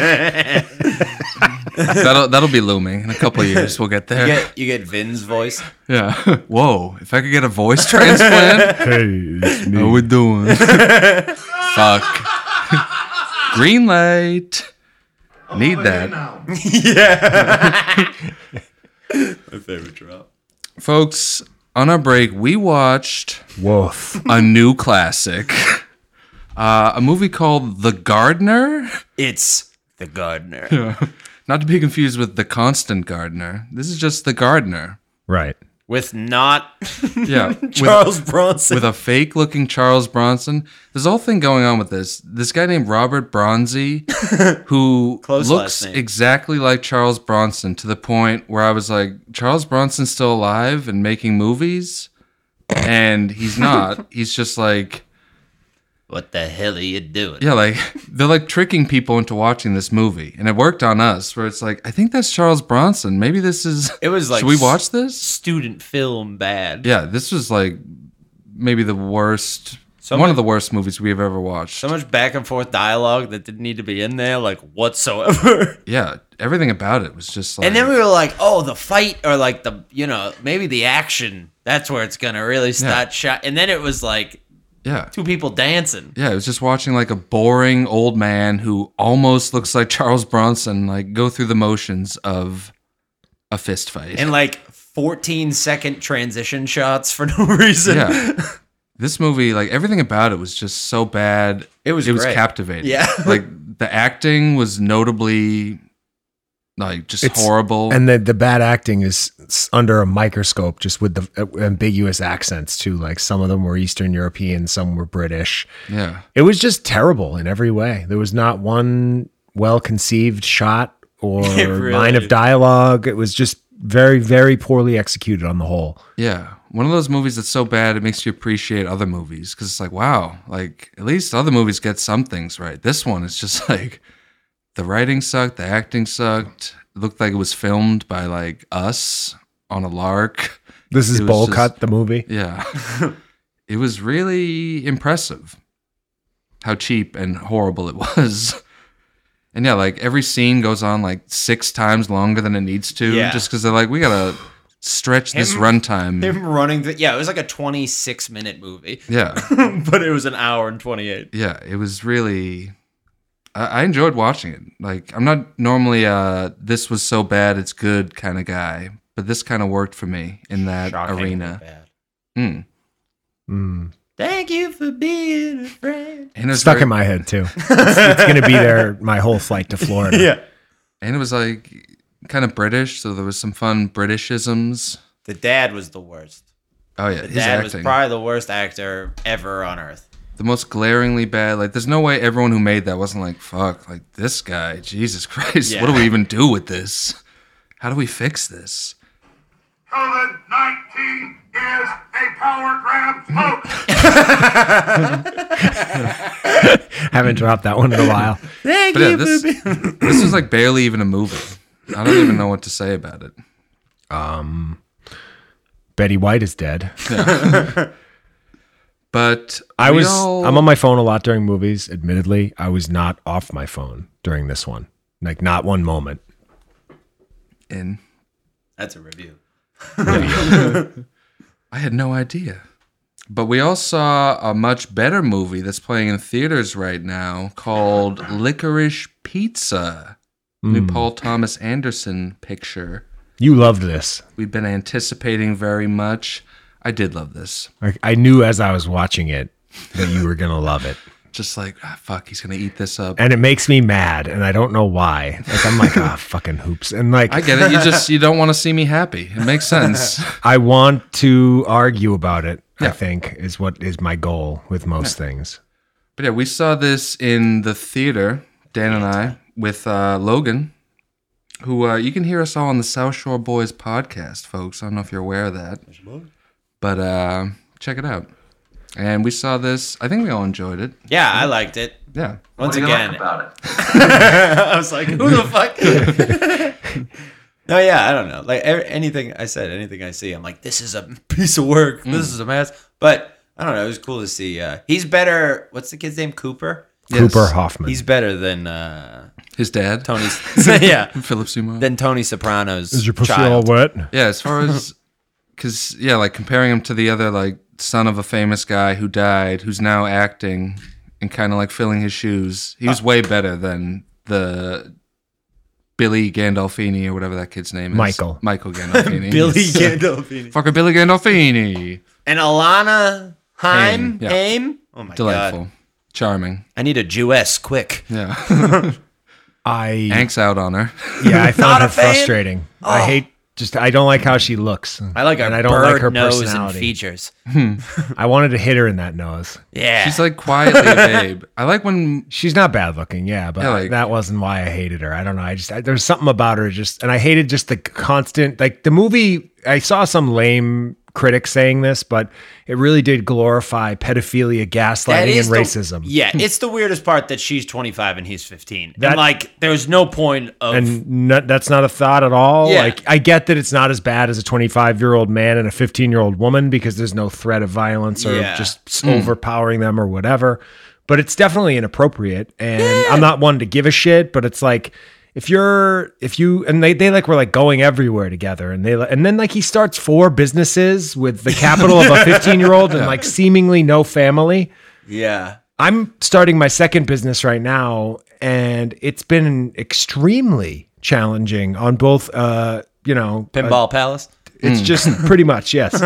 Speaker 5: that'll that'll be looming in a couple of years. We'll get there.
Speaker 7: You get, you get Vin's voice.
Speaker 5: Yeah. Whoa! If I could get a voice transplant,
Speaker 6: Hey, it's
Speaker 5: how we doing? Fuck. Green light.
Speaker 7: Oh,
Speaker 5: Need that.
Speaker 7: My favorite drop.
Speaker 5: folks on our break we watched
Speaker 6: Woof.
Speaker 5: a new classic uh, a movie called the gardener
Speaker 7: It's the gardener.
Speaker 5: not to be confused with the constant gardener this is just the gardener
Speaker 6: Right.
Speaker 7: With not
Speaker 5: yeah with,
Speaker 7: Charles Bronson.
Speaker 5: with a fake looking charles bronson there's a whole thing going on with this this guy named robert bronzy who
Speaker 7: Close
Speaker 5: looks
Speaker 7: last name.
Speaker 5: exactly like charles bronson to the point where i was like charles bronson's still alive and making movies and he's not he's just like
Speaker 7: what the hell are you doing?
Speaker 5: Yeah, like they're like tricking people into watching this movie, and it worked on us. Where it's like, I think that's Charles Bronson. Maybe this is.
Speaker 7: It was like
Speaker 5: should we
Speaker 7: s-
Speaker 5: watch this?
Speaker 7: Student film bad.
Speaker 5: Yeah, this was like maybe the worst,
Speaker 7: So
Speaker 5: one
Speaker 7: much-
Speaker 5: of the worst movies we've ever watched.
Speaker 7: So much back and forth dialogue that didn't need to be in there, like whatsoever.
Speaker 5: yeah, everything about it was just like.
Speaker 7: and then we were like, oh, the fight or like the, you know, maybe the action. That's where it's going to really start shot. And then it was like
Speaker 5: yeah.
Speaker 7: two people dancing.
Speaker 5: Yeah, it was just watching like a boring old man who almost looks like Charles Bronson, like go through the motions of a fist fight.
Speaker 7: and like 14 second transition shots for no reason.
Speaker 5: yeah. This movie, like everything about it was just so bad. It
Speaker 7: was
Speaker 5: it was
Speaker 7: great.
Speaker 5: captivating.
Speaker 7: Yeah.
Speaker 5: like the acting was notably like just
Speaker 6: It's-
Speaker 5: horrible.
Speaker 6: and the the bad acting is s- under a microscope just with the uh, ambiguous accents too like some of them were eastern european some were british
Speaker 5: yeah.
Speaker 6: it was just terrible in every way there was not one well conceived shot or line of dialogue it was just very very poorly executed on the whole
Speaker 5: Yeah. One of those movies that's so bad it makes you appreciate other movies cuz it's like wow, like at least other movies get some things right. This one is just like the writing sucked, the acting sucked. It looked like it was filmed by like us on a lark.
Speaker 6: this is
Speaker 5: It was
Speaker 6: bowl
Speaker 5: just-
Speaker 6: cut the movie
Speaker 5: Yeah. it was really impressive how cheap and horrible it was. And yeah, like every scene goes on like six times longer than it needs to,
Speaker 7: Yeah.
Speaker 5: just because they're like, we gotta stretch this runtime.
Speaker 7: Him running the yeah, it was like a 26 minute movie,
Speaker 5: Yeah,
Speaker 7: but it was an hour and 28.
Speaker 5: yeah, it was really. I, I enjoyed watching it. Like, I'm not normally uh this was so bad it's good kind of guy, but this kind of worked for me in that arena. Mm.
Speaker 6: Mm.
Speaker 7: Thank you for being a friend.
Speaker 5: And it was
Speaker 6: stuck
Speaker 5: very-
Speaker 6: in my head too it's, it's gonna be there my whole flight to florida yeah
Speaker 5: and it was like kind of British, so there was some fun Britishisms.
Speaker 7: The dad was the worst.
Speaker 5: Oh yeah,
Speaker 7: The
Speaker 5: his
Speaker 7: dad
Speaker 5: acting.
Speaker 7: was probably the worst actor ever on earth.
Speaker 5: the most glaringly bad. Like, there's no way everyone who made that wasn't like, "Fuck, like this guy, Jesus Christ, what do we even do with this? How do we fix this?"
Speaker 2: COVID 19 is a power grab smoke.
Speaker 6: haven't dropped that one in a while
Speaker 5: But yeah, this, this was like barely even a movie. I don't even know what to say about it.
Speaker 6: betty white is dead
Speaker 5: But
Speaker 6: I
Speaker 5: we
Speaker 6: was
Speaker 5: all-
Speaker 6: I'm on my phone a lot during movies. Admittedly, I was not off my phone during this one. Like not one moment.
Speaker 5: in.
Speaker 7: That's a review.
Speaker 5: I had no idea. But we all saw a much better movie that's playing in theaters right now called Licorice Pizza,
Speaker 6: Hmm.
Speaker 5: new Paul Thomas Anderson picture.
Speaker 6: You loved this.
Speaker 5: We've been anticipating very much. I did love this.
Speaker 6: I, I knew as I was watching it that you were gonna love it,
Speaker 5: Just like, ah, fuck, he's going to eat this up.
Speaker 6: and it makes me mad, and I don't know why. Like I'm like ah fucking hoops, and like
Speaker 5: I get it. You just, you don't want to see me happy. It makes sense.
Speaker 6: I want to argue about it. I
Speaker 5: Yeah.
Speaker 6: think is what is my goal with most things.
Speaker 5: But yeah, we saw this in the theater, Dan and I, with uh, Logan, who uh, you can hear us all on the South Shore Boys podcast, folks. I don't know if you're aware of that. But uh, check it out. And we saw this. I think we all enjoyed it.
Speaker 7: Yeah, I liked it.
Speaker 5: Yeah.
Speaker 7: Once
Speaker 9: do you
Speaker 7: again,
Speaker 9: like about it?
Speaker 7: I was like, who the fuck? no, yeah, I don't know. Like ev- anything I said, anything I see, I'm like, this is a piece of work.
Speaker 5: Hmm.
Speaker 7: This is a mess. But I don't know. It was cool to see. Uh, he's better. What's the kid's name? Cooper.
Speaker 5: Yes.
Speaker 6: Cooper Hoffman.
Speaker 7: He's better than uh,
Speaker 5: His dad,
Speaker 7: Tony's. yeah,
Speaker 5: Philip Seymour.
Speaker 7: than Tony Soprano's child.
Speaker 6: wet?
Speaker 5: yeah, as far as, because, yeah, like comparing him to the other, like, son of a famous guy who died, who's now acting and kind of like filling his shoes, he was way better than the. Billy Gandolfini or whatever that kid's name is.
Speaker 6: Michael.
Speaker 5: Michael Gandolfini.
Speaker 7: Billy
Speaker 5: Yes.
Speaker 7: Gandolfini
Speaker 5: Fucker Billy Gandolfini.
Speaker 7: and Alana
Speaker 5: Haim,
Speaker 7: Heim.
Speaker 5: yeah.
Speaker 7: Haim? Oh my
Speaker 5: Delightful.
Speaker 7: god!
Speaker 5: Charming.
Speaker 7: I need a Jewess quick.
Speaker 5: Yeah.
Speaker 6: I
Speaker 5: Hanks out on her.
Speaker 6: yeah, I found
Speaker 7: Not
Speaker 6: her
Speaker 7: a fan? Oh.
Speaker 6: frustrating. I hate just I don't like how she looks.
Speaker 7: I like her.
Speaker 6: and I don't
Speaker 7: bird
Speaker 6: like her
Speaker 7: nose and
Speaker 6: personality.
Speaker 7: features.
Speaker 6: I wanted to hit her in that nose.
Speaker 7: Yeah,
Speaker 5: She's like quietly a babe. I like when
Speaker 6: She's not bad looking, yeah, but
Speaker 5: Yeah, like-
Speaker 6: that wasn't why I hated her. I don't know. I just I, there's something about her just, and I hated just the constant like the movie. I saw some lame critic saying this, but it really did glorify pedophilia,
Speaker 7: That
Speaker 6: gaslighting, and
Speaker 7: is
Speaker 6: racism.
Speaker 7: The, yeah, it's the weirdest part that she's 25 and he's 15.
Speaker 6: That-
Speaker 7: and like, there's no point of.
Speaker 6: And no, that's not a thought at all.
Speaker 7: Yeah.
Speaker 6: Like I get that it's not as bad as a 25 year old man and a 15 year old woman because there's no threat of violence or
Speaker 7: Yeah. Hmm.
Speaker 6: just s- overpowering them or whatever. But it's definitely inappropriate, and I'm not one to give a shit. But it's like if you're if you and they they like were like going everywhere together, and they li- and then like he starts four businesses with the capital of a 15 year old and like seemingly no family.
Speaker 7: yeah.
Speaker 6: I'm starting my second business right now, and it's been extremely challenging on both. Uh, you know, uh,
Speaker 7: Pinball Palace.
Speaker 6: it's just pretty much yes.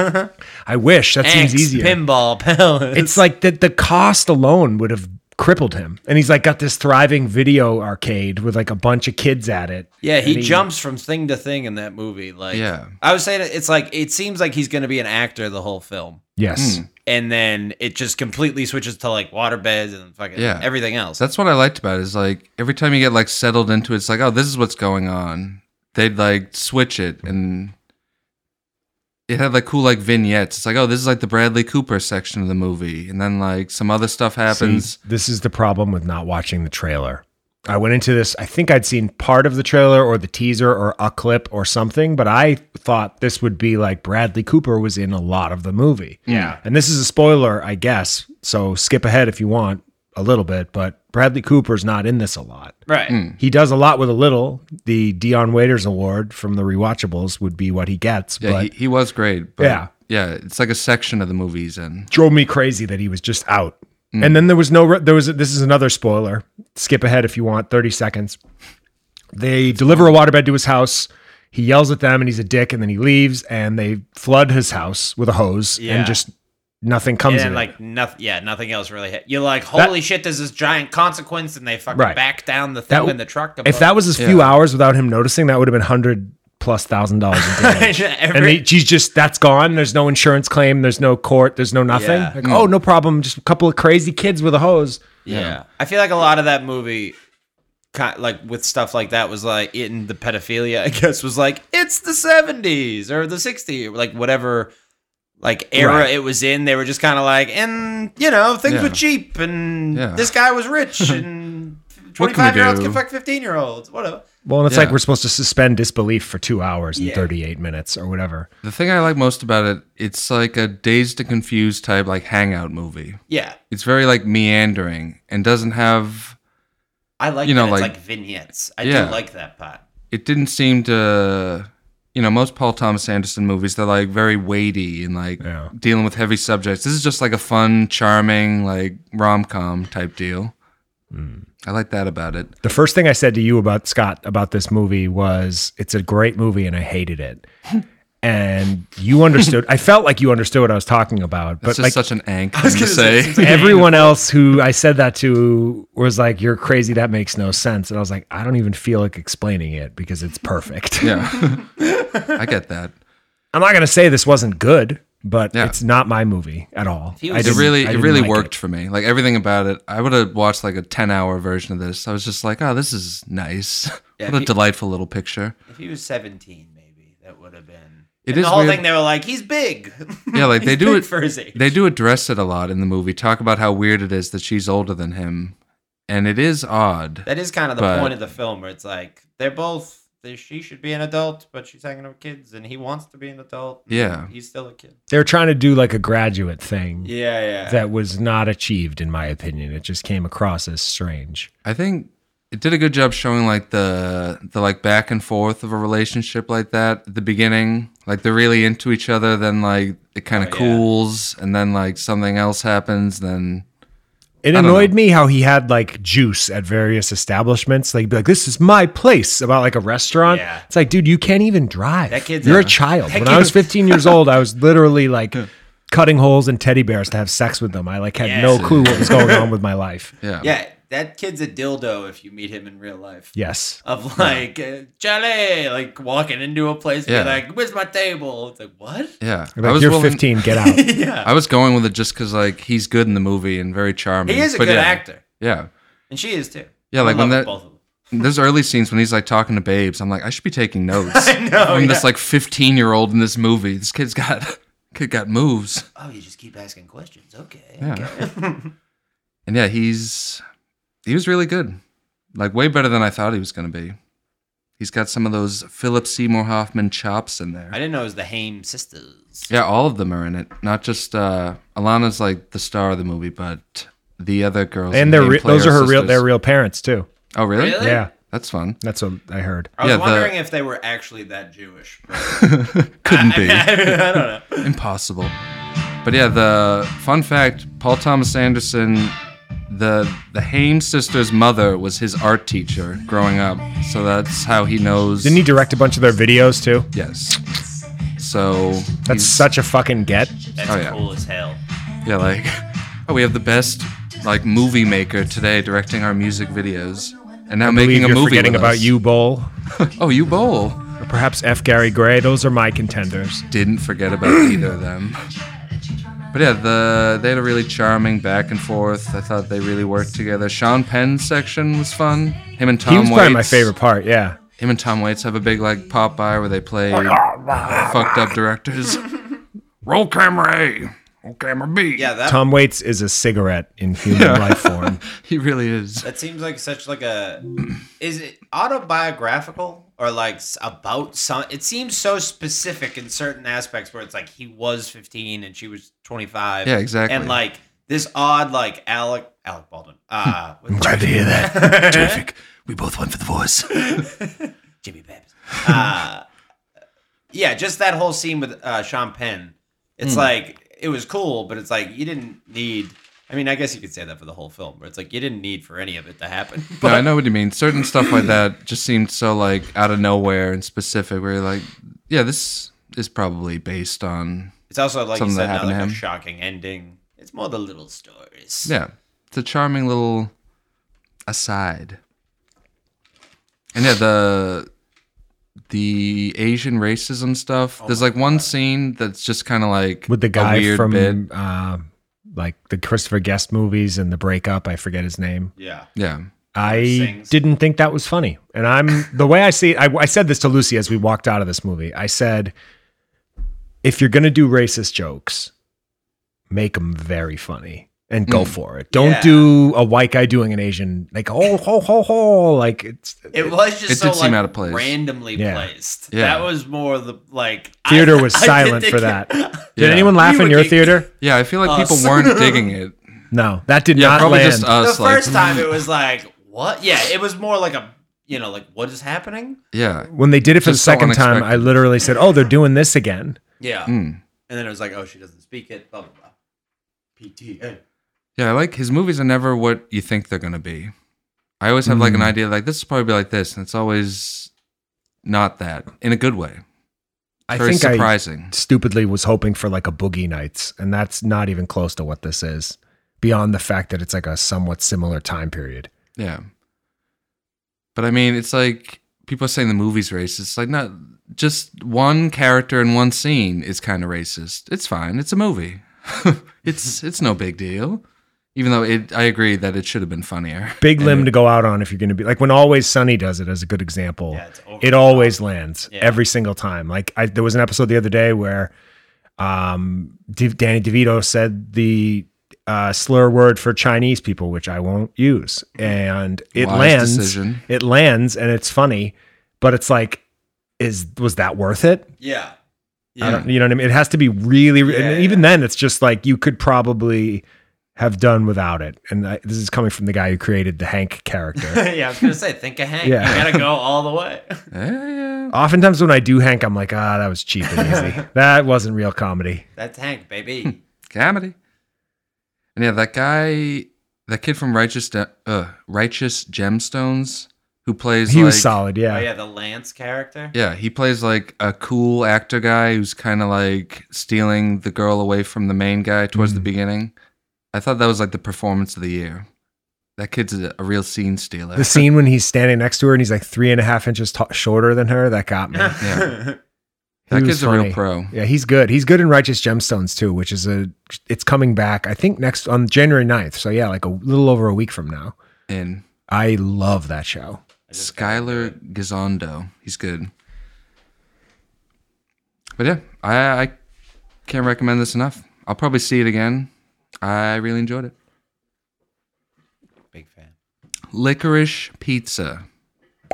Speaker 6: I wish that
Speaker 7: X
Speaker 6: seems easier.
Speaker 7: Pinball Palace.
Speaker 6: it's like that the cost alone would have crippled him, and he's like got this thriving video arcade with like a bunch of kids at it.
Speaker 7: yeah, he,
Speaker 6: and he-
Speaker 7: jumps from thing to thing in that movie. Like,
Speaker 5: Yeah.
Speaker 7: I was saying, it's like, it seems like he's going to be an actor the whole film.
Speaker 6: Yes,
Speaker 7: And then it just completely switches to like waterbeds and fucking
Speaker 5: Yeah.
Speaker 7: everything else.
Speaker 5: that's what I liked about it is like every time you get like settled into it, it's like, oh, this is what's going on. They'd like switch it and it had like cool like vignettes. It's like, oh, this is like the Bradley Cooper section of the movie. And then like some other stuff happens.
Speaker 6: See, this is the problem with not watching the trailer. I went into this, I think I'd seen part of the trailer or the teaser or a clip or something, but I thought this would be like Bradley Cooper was in a lot of the movie.
Speaker 5: Yeah.
Speaker 6: And this is a spoiler, I guess. So skip ahead if you want a little bit, but Bradley Cooper's not in this a lot.
Speaker 7: right.
Speaker 6: He does a lot with a little. The Dion Waiters Award from the Rewatchables would be what he gets,
Speaker 5: Yeah,
Speaker 6: but
Speaker 5: he, he was great. But
Speaker 6: Yeah.
Speaker 5: Yeah, it's like a section of the movie he's in.
Speaker 6: drove me crazy that he was just out.
Speaker 7: Mm.
Speaker 6: And then there was no, re- there was, this is another spoiler. Skip ahead if you want, 30 seconds. They deliver a waterbed to his house. He yells at them and he's a dick and then he leaves and they flood his house with a hose
Speaker 7: Yeah.
Speaker 6: and just nothing comes
Speaker 7: and
Speaker 6: in.
Speaker 7: then
Speaker 6: it.
Speaker 7: like nothing yeah nothing else really hit you're like holy shit there's this giant consequence and they fucking
Speaker 6: Right.
Speaker 7: back down the
Speaker 6: That
Speaker 7: thing
Speaker 6: w-
Speaker 7: in the truck above.
Speaker 6: if that was a few hours without him noticing, that would have been 100 plus thousand dollars in damage. and
Speaker 7: Every-
Speaker 6: they, she's just that's gone. There's no insurance claim. There's no court. There's no nothing.
Speaker 7: Yeah.
Speaker 6: Like, oh, no problem. Just a couple of crazy kids with a hose.
Speaker 7: yeah. i feel like a lot of that movie ki- like with stuff like that was like in the pedophilia i guess was like it's the 70s or the 60s or, like whatever like era
Speaker 6: Right.
Speaker 7: it was in they were just kind of like and you know things
Speaker 5: Yeah.
Speaker 7: were cheap and
Speaker 5: Yeah.
Speaker 7: this guy was rich and
Speaker 5: What can we
Speaker 7: 25 year olds
Speaker 5: do?
Speaker 7: can fuck 15 year olds. Whatever.
Speaker 6: Well, and it's
Speaker 5: Yeah.
Speaker 6: like we're supposed to suspend disbelief for two hours and
Speaker 7: Yeah.
Speaker 6: 38 minutes or whatever.
Speaker 5: The thing I like most about it, it's like a dazed and confused type like hangout movie.
Speaker 7: Yeah.
Speaker 5: It's very like meandering and doesn't have
Speaker 7: I like
Speaker 5: You
Speaker 7: you
Speaker 5: know,
Speaker 7: know, it's
Speaker 5: like-
Speaker 7: like vignettes. I
Speaker 5: Yeah.
Speaker 7: do like that part.
Speaker 5: it didn't seem to you know most paul thomas anderson movies they're like very weighty and like
Speaker 6: Yeah.
Speaker 5: dealing with heavy subjects this is just like a fun charming like rom-com type deal
Speaker 6: Hmm.
Speaker 5: i like that about it
Speaker 6: The first thing I said to you about Scott about this movie was it's a great movie and I hated it. And you understood. I felt like you understood what I was talking about,
Speaker 5: that's
Speaker 6: but
Speaker 5: just
Speaker 6: like
Speaker 5: such an ank thing to
Speaker 7: gonna say,
Speaker 5: say
Speaker 6: everyone else who I said that to was like, "You're crazy. That makes no sense." And I was like, "I don't even feel like explaining it because it's perfect."
Speaker 5: yeah i get that
Speaker 6: I'm not gonna say this wasn't good, but
Speaker 5: Yeah.
Speaker 6: it's not my movie at all.
Speaker 7: He
Speaker 6: I
Speaker 7: was-
Speaker 5: it
Speaker 6: didn't-
Speaker 5: really
Speaker 6: I
Speaker 5: it
Speaker 6: didn't
Speaker 5: really
Speaker 6: like
Speaker 5: worked for me like everything about it i would have watched like a 10 hour version of this i was just like oh this is nice
Speaker 7: Yeah,
Speaker 5: what a
Speaker 7: pe-
Speaker 5: delightful little picture
Speaker 7: If he was 17, maybe that would have been.
Speaker 5: It
Speaker 7: It is
Speaker 5: is
Speaker 7: the whole
Speaker 5: weird-
Speaker 7: thing. They were like, he's big.
Speaker 5: yeah like they
Speaker 7: He's
Speaker 5: do
Speaker 7: big
Speaker 5: it
Speaker 7: for his age.
Speaker 5: They do address it a lot in the movie. Talk about how weird it is that she's older than him, and it is odd.
Speaker 7: That is kind of the
Speaker 5: But-
Speaker 7: point of the film, where it's like they're both. they- She should be an adult, but she's hanging out with kids, and he wants to be an adult. and
Speaker 5: Yeah.
Speaker 7: he's still a kid.
Speaker 6: They were trying to do like a graduate thing
Speaker 7: Yeah, yeah.
Speaker 6: that was not achieved, in my opinion. It just came across as strange.
Speaker 5: I think it did a good job showing like the the like back and forth of a relationship like that at the beginning. Like they're really into each other, then like it
Speaker 7: Oh,
Speaker 5: kind of cools, and then like something else happens. Then
Speaker 6: It
Speaker 5: don't
Speaker 6: annoyed
Speaker 5: know.
Speaker 6: me how he had like juice at various establishments. Like, he'd be like, "This is my place." About like a restaurant.
Speaker 7: Yeah.
Speaker 6: It's like, dude, you can't even drive.
Speaker 7: That kid's
Speaker 6: You're a
Speaker 7: a-
Speaker 6: child.
Speaker 7: that
Speaker 6: When
Speaker 7: kid-
Speaker 6: I was 15 years old, I was literally like cutting holes in teddy bears to have sex with them. I like had no clue what was going on with my life.
Speaker 5: yeah,
Speaker 7: yeah, that kid's a dildo if you meet him in real life.
Speaker 6: Yes.
Speaker 7: Of like, uh, Charlie, like walking into a place, and
Speaker 5: Yeah.
Speaker 7: be like, "Where's my table?" It's like, what?
Speaker 5: yeah.
Speaker 6: Like, You're
Speaker 5: willing-
Speaker 6: 15. Get out.
Speaker 7: yeah,
Speaker 5: I was going with it just because like he's good in the movie and very charming.
Speaker 7: he is a
Speaker 5: But
Speaker 7: good
Speaker 5: yeah,
Speaker 7: actor,
Speaker 5: Yeah.
Speaker 7: and she is too.
Speaker 5: Yeah, like
Speaker 7: I
Speaker 5: when
Speaker 7: love
Speaker 5: that-
Speaker 7: both of them.
Speaker 5: There's early scenes when he's like talking to babes. I'm like, I should be taking notes.
Speaker 7: I know,
Speaker 5: From this
Speaker 7: yeah.
Speaker 5: like 15 year old in this movie. This kid's got kid got moves.
Speaker 7: Oh, you just keep asking questions. Okay.
Speaker 5: Yeah.
Speaker 7: okay.
Speaker 5: And yeah, he's he was really good. Like way better than I thought he was gonna be. He's got some of those Philip Seymour Hoffman chops in
Speaker 7: I
Speaker 5: there.
Speaker 7: didn't know it was the Haim sisters.
Speaker 5: Yeah, all of them are in it. Not just uh Alana's like the star of the movie, but the other girls. in
Speaker 6: and
Speaker 5: the
Speaker 6: they're
Speaker 5: game
Speaker 6: re-
Speaker 5: play
Speaker 6: those are her real
Speaker 5: sisters.
Speaker 6: their real parents too.
Speaker 5: Oh really?
Speaker 7: Really?
Speaker 6: Yeah,
Speaker 5: That's fun.
Speaker 6: that's what I heard.
Speaker 7: I was
Speaker 5: Yeah, the-
Speaker 7: wondering if they were actually that Jewish. but-
Speaker 5: Couldn't be.
Speaker 7: I don't know.
Speaker 5: impossible. But yeah, the fun fact: Paul Thomas Anderson, the the Haim sisters' mother was his art teacher growing up, so that's how he knows.
Speaker 6: Didn't he direct a bunch of their videos too?
Speaker 5: Yes. So
Speaker 6: That's
Speaker 5: he's-
Speaker 6: such a fucking get.
Speaker 7: That's
Speaker 5: Oh, yeah.
Speaker 7: cool as hell.
Speaker 5: yeah, like oh, we have the best like movie maker today directing our music videos, and now making
Speaker 6: Believe
Speaker 5: a
Speaker 6: you're
Speaker 5: movie.
Speaker 6: forgetting
Speaker 5: with
Speaker 6: about
Speaker 5: us.
Speaker 6: you, Bowl,
Speaker 5: Oh, you bowl.
Speaker 6: or perhaps F. Gary Gray. Those are my contenders.
Speaker 5: didn't forget about either of them. But yeah, the they had a really charming back and forth. I thought they really worked together. Sean Penn's section was fun. Him and Tom
Speaker 6: he was
Speaker 5: Waits.
Speaker 6: probably my favorite part. Yeah,
Speaker 5: Him and Tom Waits have a big like pop by where they play fucked up directors.
Speaker 8: Roll camera A. Roll camera B.
Speaker 7: Yeah, that
Speaker 6: Tom Waits is a cigarette in human life form.
Speaker 5: he really is.
Speaker 7: that seems like such like a is it autobiographical or like s- about some it seems so specific in certain aspects where it's like he was 15 and she was 25.
Speaker 5: Yeah, exactly.
Speaker 7: And like this odd like Alec Alec Baldwin. Uh with
Speaker 6: Glad to hear that.
Speaker 5: Terrific. We both went for the voice.
Speaker 7: Jimmy Babs. Uh, yeah, just that whole scene with uh, Sean Penn.
Speaker 5: Hmm.
Speaker 7: It's like it was cool, but it's like you didn't need. I mean, I guess you could say that for the whole film, where it's like you didn't need for any of it to happen. But
Speaker 5: no, I know what you mean. Certain stuff like that just seemed so like out of nowhere and specific. Where you're like, yeah, this is probably based on
Speaker 7: it's also like
Speaker 5: Something that
Speaker 7: you said, not
Speaker 5: happened to
Speaker 7: like a
Speaker 5: him.
Speaker 7: shocking ending. It's more the little stories.
Speaker 5: Yeah. It's a charming little aside. And yeah, the the Asian racism
Speaker 7: Oh
Speaker 5: stuff. There's like one scene that's just kind of like
Speaker 6: With the
Speaker 5: a
Speaker 6: guy
Speaker 5: weird
Speaker 6: from
Speaker 5: bit.
Speaker 6: uh, like the Christopher Guest movies and the breakup. I forget his name.
Speaker 7: Yeah.
Speaker 5: Yeah.
Speaker 6: I
Speaker 7: Sings.
Speaker 6: didn't think that was funny, and I'm the way I see. I, I said this to Lucy as we walked out of this movie. I said, if you're gonna do racist jokes, make them very funny. and
Speaker 5: Mm.
Speaker 6: go for it. Don't
Speaker 7: Yeah.
Speaker 6: do a white guy doing an Asian like ho ho ho ho like it's
Speaker 7: It was just
Speaker 5: It
Speaker 7: so
Speaker 5: did seem
Speaker 7: like,
Speaker 5: out of place.
Speaker 7: randomly
Speaker 6: Yeah.
Speaker 7: placed.
Speaker 5: Yeah.
Speaker 7: That was more the like I-
Speaker 6: theater was
Speaker 7: I didn't
Speaker 6: silent
Speaker 7: think
Speaker 6: for
Speaker 7: it-
Speaker 6: that.
Speaker 5: Yeah.
Speaker 6: Did anyone laugh
Speaker 7: We
Speaker 6: in
Speaker 7: were
Speaker 6: your
Speaker 7: geeked.
Speaker 6: theater?
Speaker 5: Yeah, I feel like people
Speaker 7: Us.
Speaker 5: weren't digging it.
Speaker 6: No, that did
Speaker 5: Yeah,
Speaker 6: not
Speaker 5: probably
Speaker 6: land.
Speaker 5: just
Speaker 7: The
Speaker 5: us. like, hmm.
Speaker 7: first time it was like what? Yeah, it was more like a you know like what is happening?
Speaker 5: yeah,
Speaker 6: when they did it for the
Speaker 5: uh, Just so
Speaker 6: second time, I
Speaker 5: unexpected.
Speaker 6: literally said, "Oh, they're doing this again."
Speaker 7: Yeah.
Speaker 5: Mm.
Speaker 7: And then it was like oh she doesn't speak it blah blah blah. PTA.
Speaker 5: yeah. I Like his movies are never what you think they're gonna be. I always have
Speaker 6: Hmm.
Speaker 5: like an idea like this is probably be like this, and it's always not that in a good way.
Speaker 6: I
Speaker 5: Very
Speaker 6: think
Speaker 5: surprising.
Speaker 6: I stupidly was hoping for like a Boogie Nights, and that's not even close to what this is. Beyond the fact that it's like a somewhat similar time period.
Speaker 5: Yeah. But I mean, it's like people are saying the movie's racist. It's like not just one character in one scene is kind of racist. It's fine. It's a movie. it's it's no big deal. Even though it, I agree that it should have been funnier.
Speaker 6: Big limb to go out on if you're going to be like when Always Sunny does it as a good example.
Speaker 7: Yeah, it's over
Speaker 6: it
Speaker 7: the
Speaker 6: always lands
Speaker 7: Yeah.
Speaker 6: every single time. Like I, there was an episode the other day where um, D- Danny DeVito said the uh, slur word for Chinese people, which I won't use, and it
Speaker 5: Wise
Speaker 6: lands.
Speaker 5: decision.
Speaker 6: It lands, and it's funny, but it's like, is was that worth it?
Speaker 7: Yeah.
Speaker 6: I
Speaker 7: Yeah.
Speaker 6: don't- you know what I mean? It has to be really, re-
Speaker 7: Yeah,
Speaker 6: and even then, it's just like you could probably have done without it. And I, this is coming from the guy who created the Hank character.
Speaker 7: yeah, I was gonna say think of Hank.
Speaker 6: Yeah.
Speaker 7: You gotta go all the way.
Speaker 5: Yeah, yeah.
Speaker 6: Oftentimes, when I do Hank, I'm like, ah, that was cheap and easy. that wasn't real comedy.
Speaker 7: That's Hank, baby.
Speaker 5: Comedy. And yeah, that guy, that kid from Righteous, De- uh, Righteous Gemstones, who plays
Speaker 6: He
Speaker 5: like,
Speaker 6: was solid, yeah.
Speaker 7: oh yeah, the Lance character.
Speaker 5: Yeah, he plays like a cool actor guy who's kind of like stealing the girl away from the main guy towards the
Speaker 6: Mm.
Speaker 5: beginning. I thought that was like the performance of the year. That kid's a, a real scene stealer.
Speaker 6: The scene when he's standing next to her and he's like three and a half inches t- shorter than her, that got me.
Speaker 5: Yeah.
Speaker 6: He
Speaker 5: That
Speaker 6: was
Speaker 5: kid's a real
Speaker 6: funny.
Speaker 5: pro.
Speaker 6: Yeah, he's good. He's good in Righteous Gemstones too, which is a it's coming back. I think next on January 9th. So yeah, like a little over a week from now.
Speaker 5: And
Speaker 6: I love that show.
Speaker 5: Skylar Gizondo, he's good. But yeah, I, I can't recommend this enough. I'll probably see it again. I really enjoyed it.
Speaker 7: Big fan.
Speaker 5: Licorice Pizza.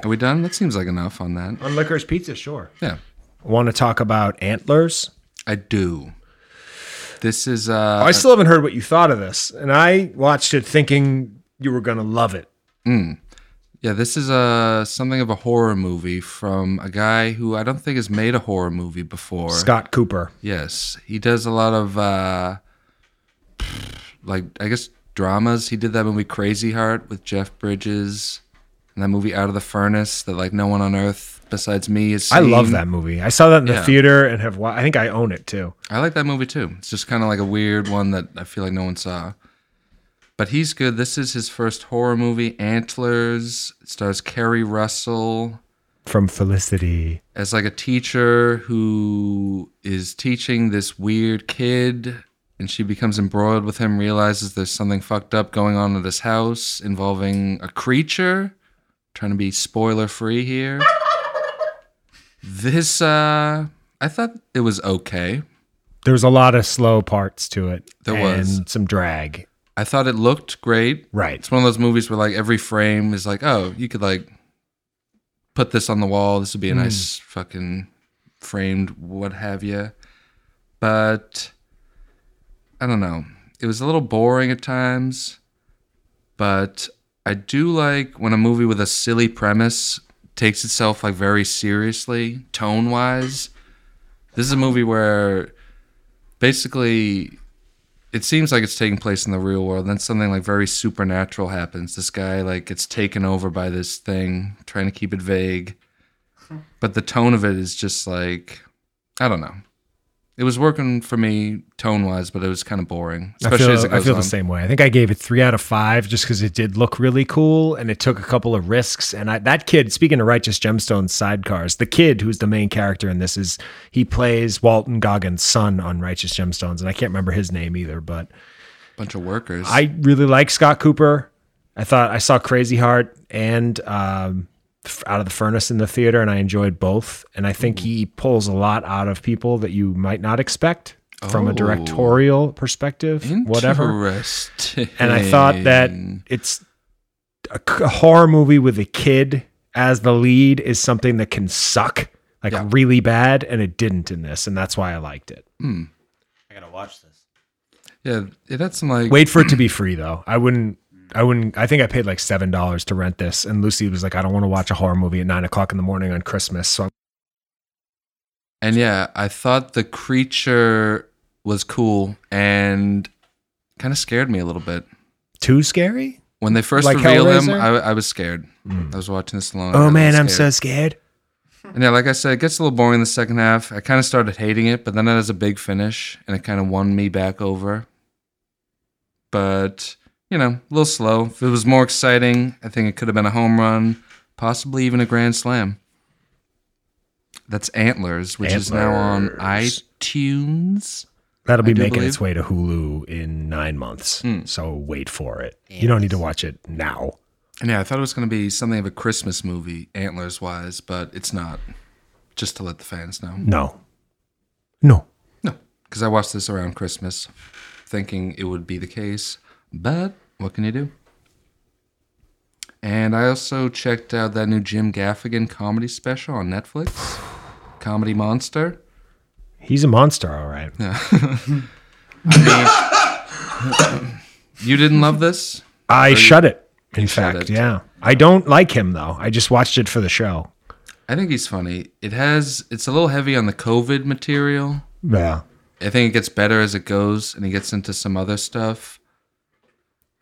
Speaker 5: Are we done? That seems like enough on that.
Speaker 6: On Licorice Pizza, sure.
Speaker 5: Yeah.
Speaker 6: Want to talk about antlers?
Speaker 5: I do. This is uh
Speaker 6: I still haven't heard what you thought of this, and I watched it thinking you were gonna love it.
Speaker 5: yeah, this is uh something of a horror movie from a guy who I don't think has made a horror movie before.
Speaker 6: Scott Cooper.
Speaker 5: Yes. He does a lot of uh like I guess dramas. He did that movie Crazy Heart with Jeff Bridges and that movie Out of the Furnace that like no one on earth besides me is
Speaker 6: I love that movie. I saw that in the
Speaker 5: Yeah.
Speaker 6: theater and have. Wa- I think I own it too.
Speaker 5: I like that movie too. It's just kind of like a weird one that I feel like no one saw. But he's good. This is his first horror movie, Antlers. It stars Kerry Russell
Speaker 6: From Felicity.
Speaker 5: as like a teacher who is teaching this weird kid and she becomes embroiled with him, realizes there's something fucked up going on at his house involving a creature. Trying to be spoiler free here. This uh I thought it was okay.
Speaker 6: There was a lot of slow parts to it.
Speaker 5: There
Speaker 6: and
Speaker 5: was.
Speaker 6: some drag.
Speaker 5: I thought it looked great.
Speaker 6: Right.
Speaker 5: It's one of those movies where like every frame is like, oh, you could like put this on the wall. This would be a nice fucking framed what have you. But I don't know. It was a little boring at times, but I do like when a movie with a silly premise takes itself like very seriously, tone wise. This is a movie where basically it seems like it's taking place in the real world. Then something like very supernatural happens. This guy like gets taken over by this thing, trying to keep it vague. But the tone of it is just like I don't know. It was working for me tone wise, but it was kind of boring.
Speaker 6: I
Speaker 5: Especially
Speaker 6: feel,
Speaker 5: as it
Speaker 6: I
Speaker 5: goes
Speaker 6: feel
Speaker 5: on.
Speaker 6: the same way. I think I gave it three out of five just because it did look really cool and it took a couple of risks. And I, that kid, speaking of Righteous Gemstones sidecars, the kid who's the main character in this is he plays Walton Goggins' son on Righteous Gemstones. And I can't remember his name either, but
Speaker 5: Bunch of workers.
Speaker 6: I really like Scott Cooper. I thought I saw Crazy Heart and um, F- Out of the Furnace in the theater and I enjoyed both. And I think he pulls a lot out of people that you might not expect.
Speaker 5: Oh.
Speaker 6: from a directorial perspective, whatever.
Speaker 5: Interesting.
Speaker 6: And I thought that it's a, c- a horror movie with a kid as the lead is something that can suck like
Speaker 5: Yeah.
Speaker 6: really bad, and it didn't in this, and that's why I liked it.
Speaker 7: I gotta watch this.
Speaker 5: yeah, it had some like
Speaker 6: Wait for it to be free though. I wouldn't. I wouldn't. I think I paid like seven dollars to rent this, and Lucy was like, "I don't want to watch a horror movie at nine o'clock in the morning on Christmas." So I'm
Speaker 5: And yeah, I thought the creature was cool and kind of scared me a little bit.
Speaker 6: too scary.
Speaker 5: When they first
Speaker 6: Like
Speaker 5: revealed him,
Speaker 6: Hellraiser?
Speaker 5: I, I was scared. I was watching this alone. I
Speaker 6: Oh
Speaker 5: Hmm. was
Speaker 6: man, I'm so
Speaker 5: scared.
Speaker 6: scared.
Speaker 5: And yeah, like I said, it gets a little boring in the second half. I kind of started hating it, but then it has a big finish and it kind of won me back over. But, you know, a little slow. If it was more exciting, I think it could have been a home run, possibly even a grand slam. That's Antlers, which is now on
Speaker 6: Antlers.
Speaker 5: iTunes.
Speaker 6: That'll
Speaker 5: I
Speaker 6: be
Speaker 5: do
Speaker 6: making
Speaker 5: believe- Hmm.
Speaker 6: its way to Hulu in nine months. So wait for it. You don't need to watch it now.
Speaker 5: And yeah, I thought it was going to be something of a Christmas movie, antlers wise, but it's not. Just to let the fans know.
Speaker 6: No. No.
Speaker 5: No, because I watched this around Christmas thinking it would be the case, but what can you do? And I also checked out that new Jim Gaffigan comedy special on Netflix, Comedy Monster.
Speaker 6: He's a monster, all right.
Speaker 5: You didn't love this?
Speaker 6: I shut it. In
Speaker 5: shut it.
Speaker 6: fact, yeah. I don't like him though. I just watched it for the show.
Speaker 5: I think he's funny. It has, it's a little heavy on the COVID material.
Speaker 6: Yeah.
Speaker 5: I think it gets better as it goes, and he gets into some other stuff.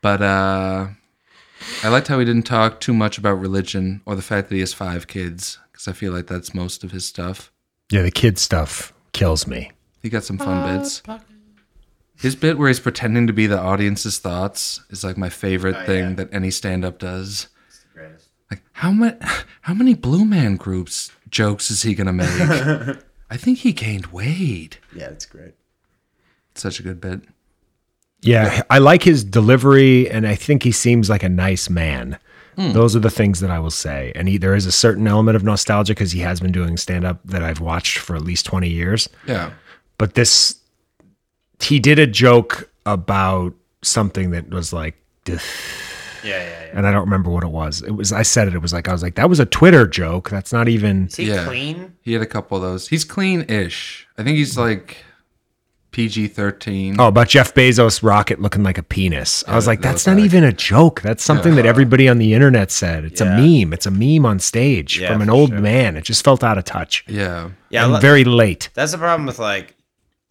Speaker 5: But uh, I liked how he didn't talk too much about religion or the fact that he has five kids, because I feel like that's most of his stuff.
Speaker 6: Yeah, the kid stuff kills me.
Speaker 5: He got some fun bits. His bit where he's pretending to be the audience's thoughts is like my favorite thing that any stand-up does. Like how much, how many Blue Man Groups jokes is he gonna make? I think he gained weight.
Speaker 7: Yeah, it's great.
Speaker 5: Such a good bit.
Speaker 6: Yeah, I like his delivery, and I think he seems like a nice man.
Speaker 5: Hmm.
Speaker 6: Those are the things that I will say. And he, there is a certain element of nostalgia because he has been doing stand up that I've watched for at least 20 years.
Speaker 5: Yeah.
Speaker 6: But this, he did a joke about something that was like, "Duh,"
Speaker 7: Yeah, yeah, yeah.
Speaker 6: and I don't remember what it was. It was, I said it, it was like, I was like, that was a Twitter joke. That's not even,
Speaker 7: Is he
Speaker 5: Yeah.
Speaker 7: clean?
Speaker 5: He had a couple of those. He's clean ish. I think he's like PG 13.
Speaker 6: oh, about Jeff Bezos' rocket looking like a penis. I was like,
Speaker 5: that
Speaker 6: that's
Speaker 5: was
Speaker 6: not
Speaker 5: like-
Speaker 6: even a joke. That's something that everybody on the internet said. It's a meme. It's a meme on stage
Speaker 7: Yeah,
Speaker 6: from an
Speaker 7: for
Speaker 6: old
Speaker 7: sure.
Speaker 6: man. It just felt out of touch.
Speaker 5: Yeah.
Speaker 7: Yeah,
Speaker 6: and
Speaker 7: lo-
Speaker 6: very late.
Speaker 7: that's the problem with like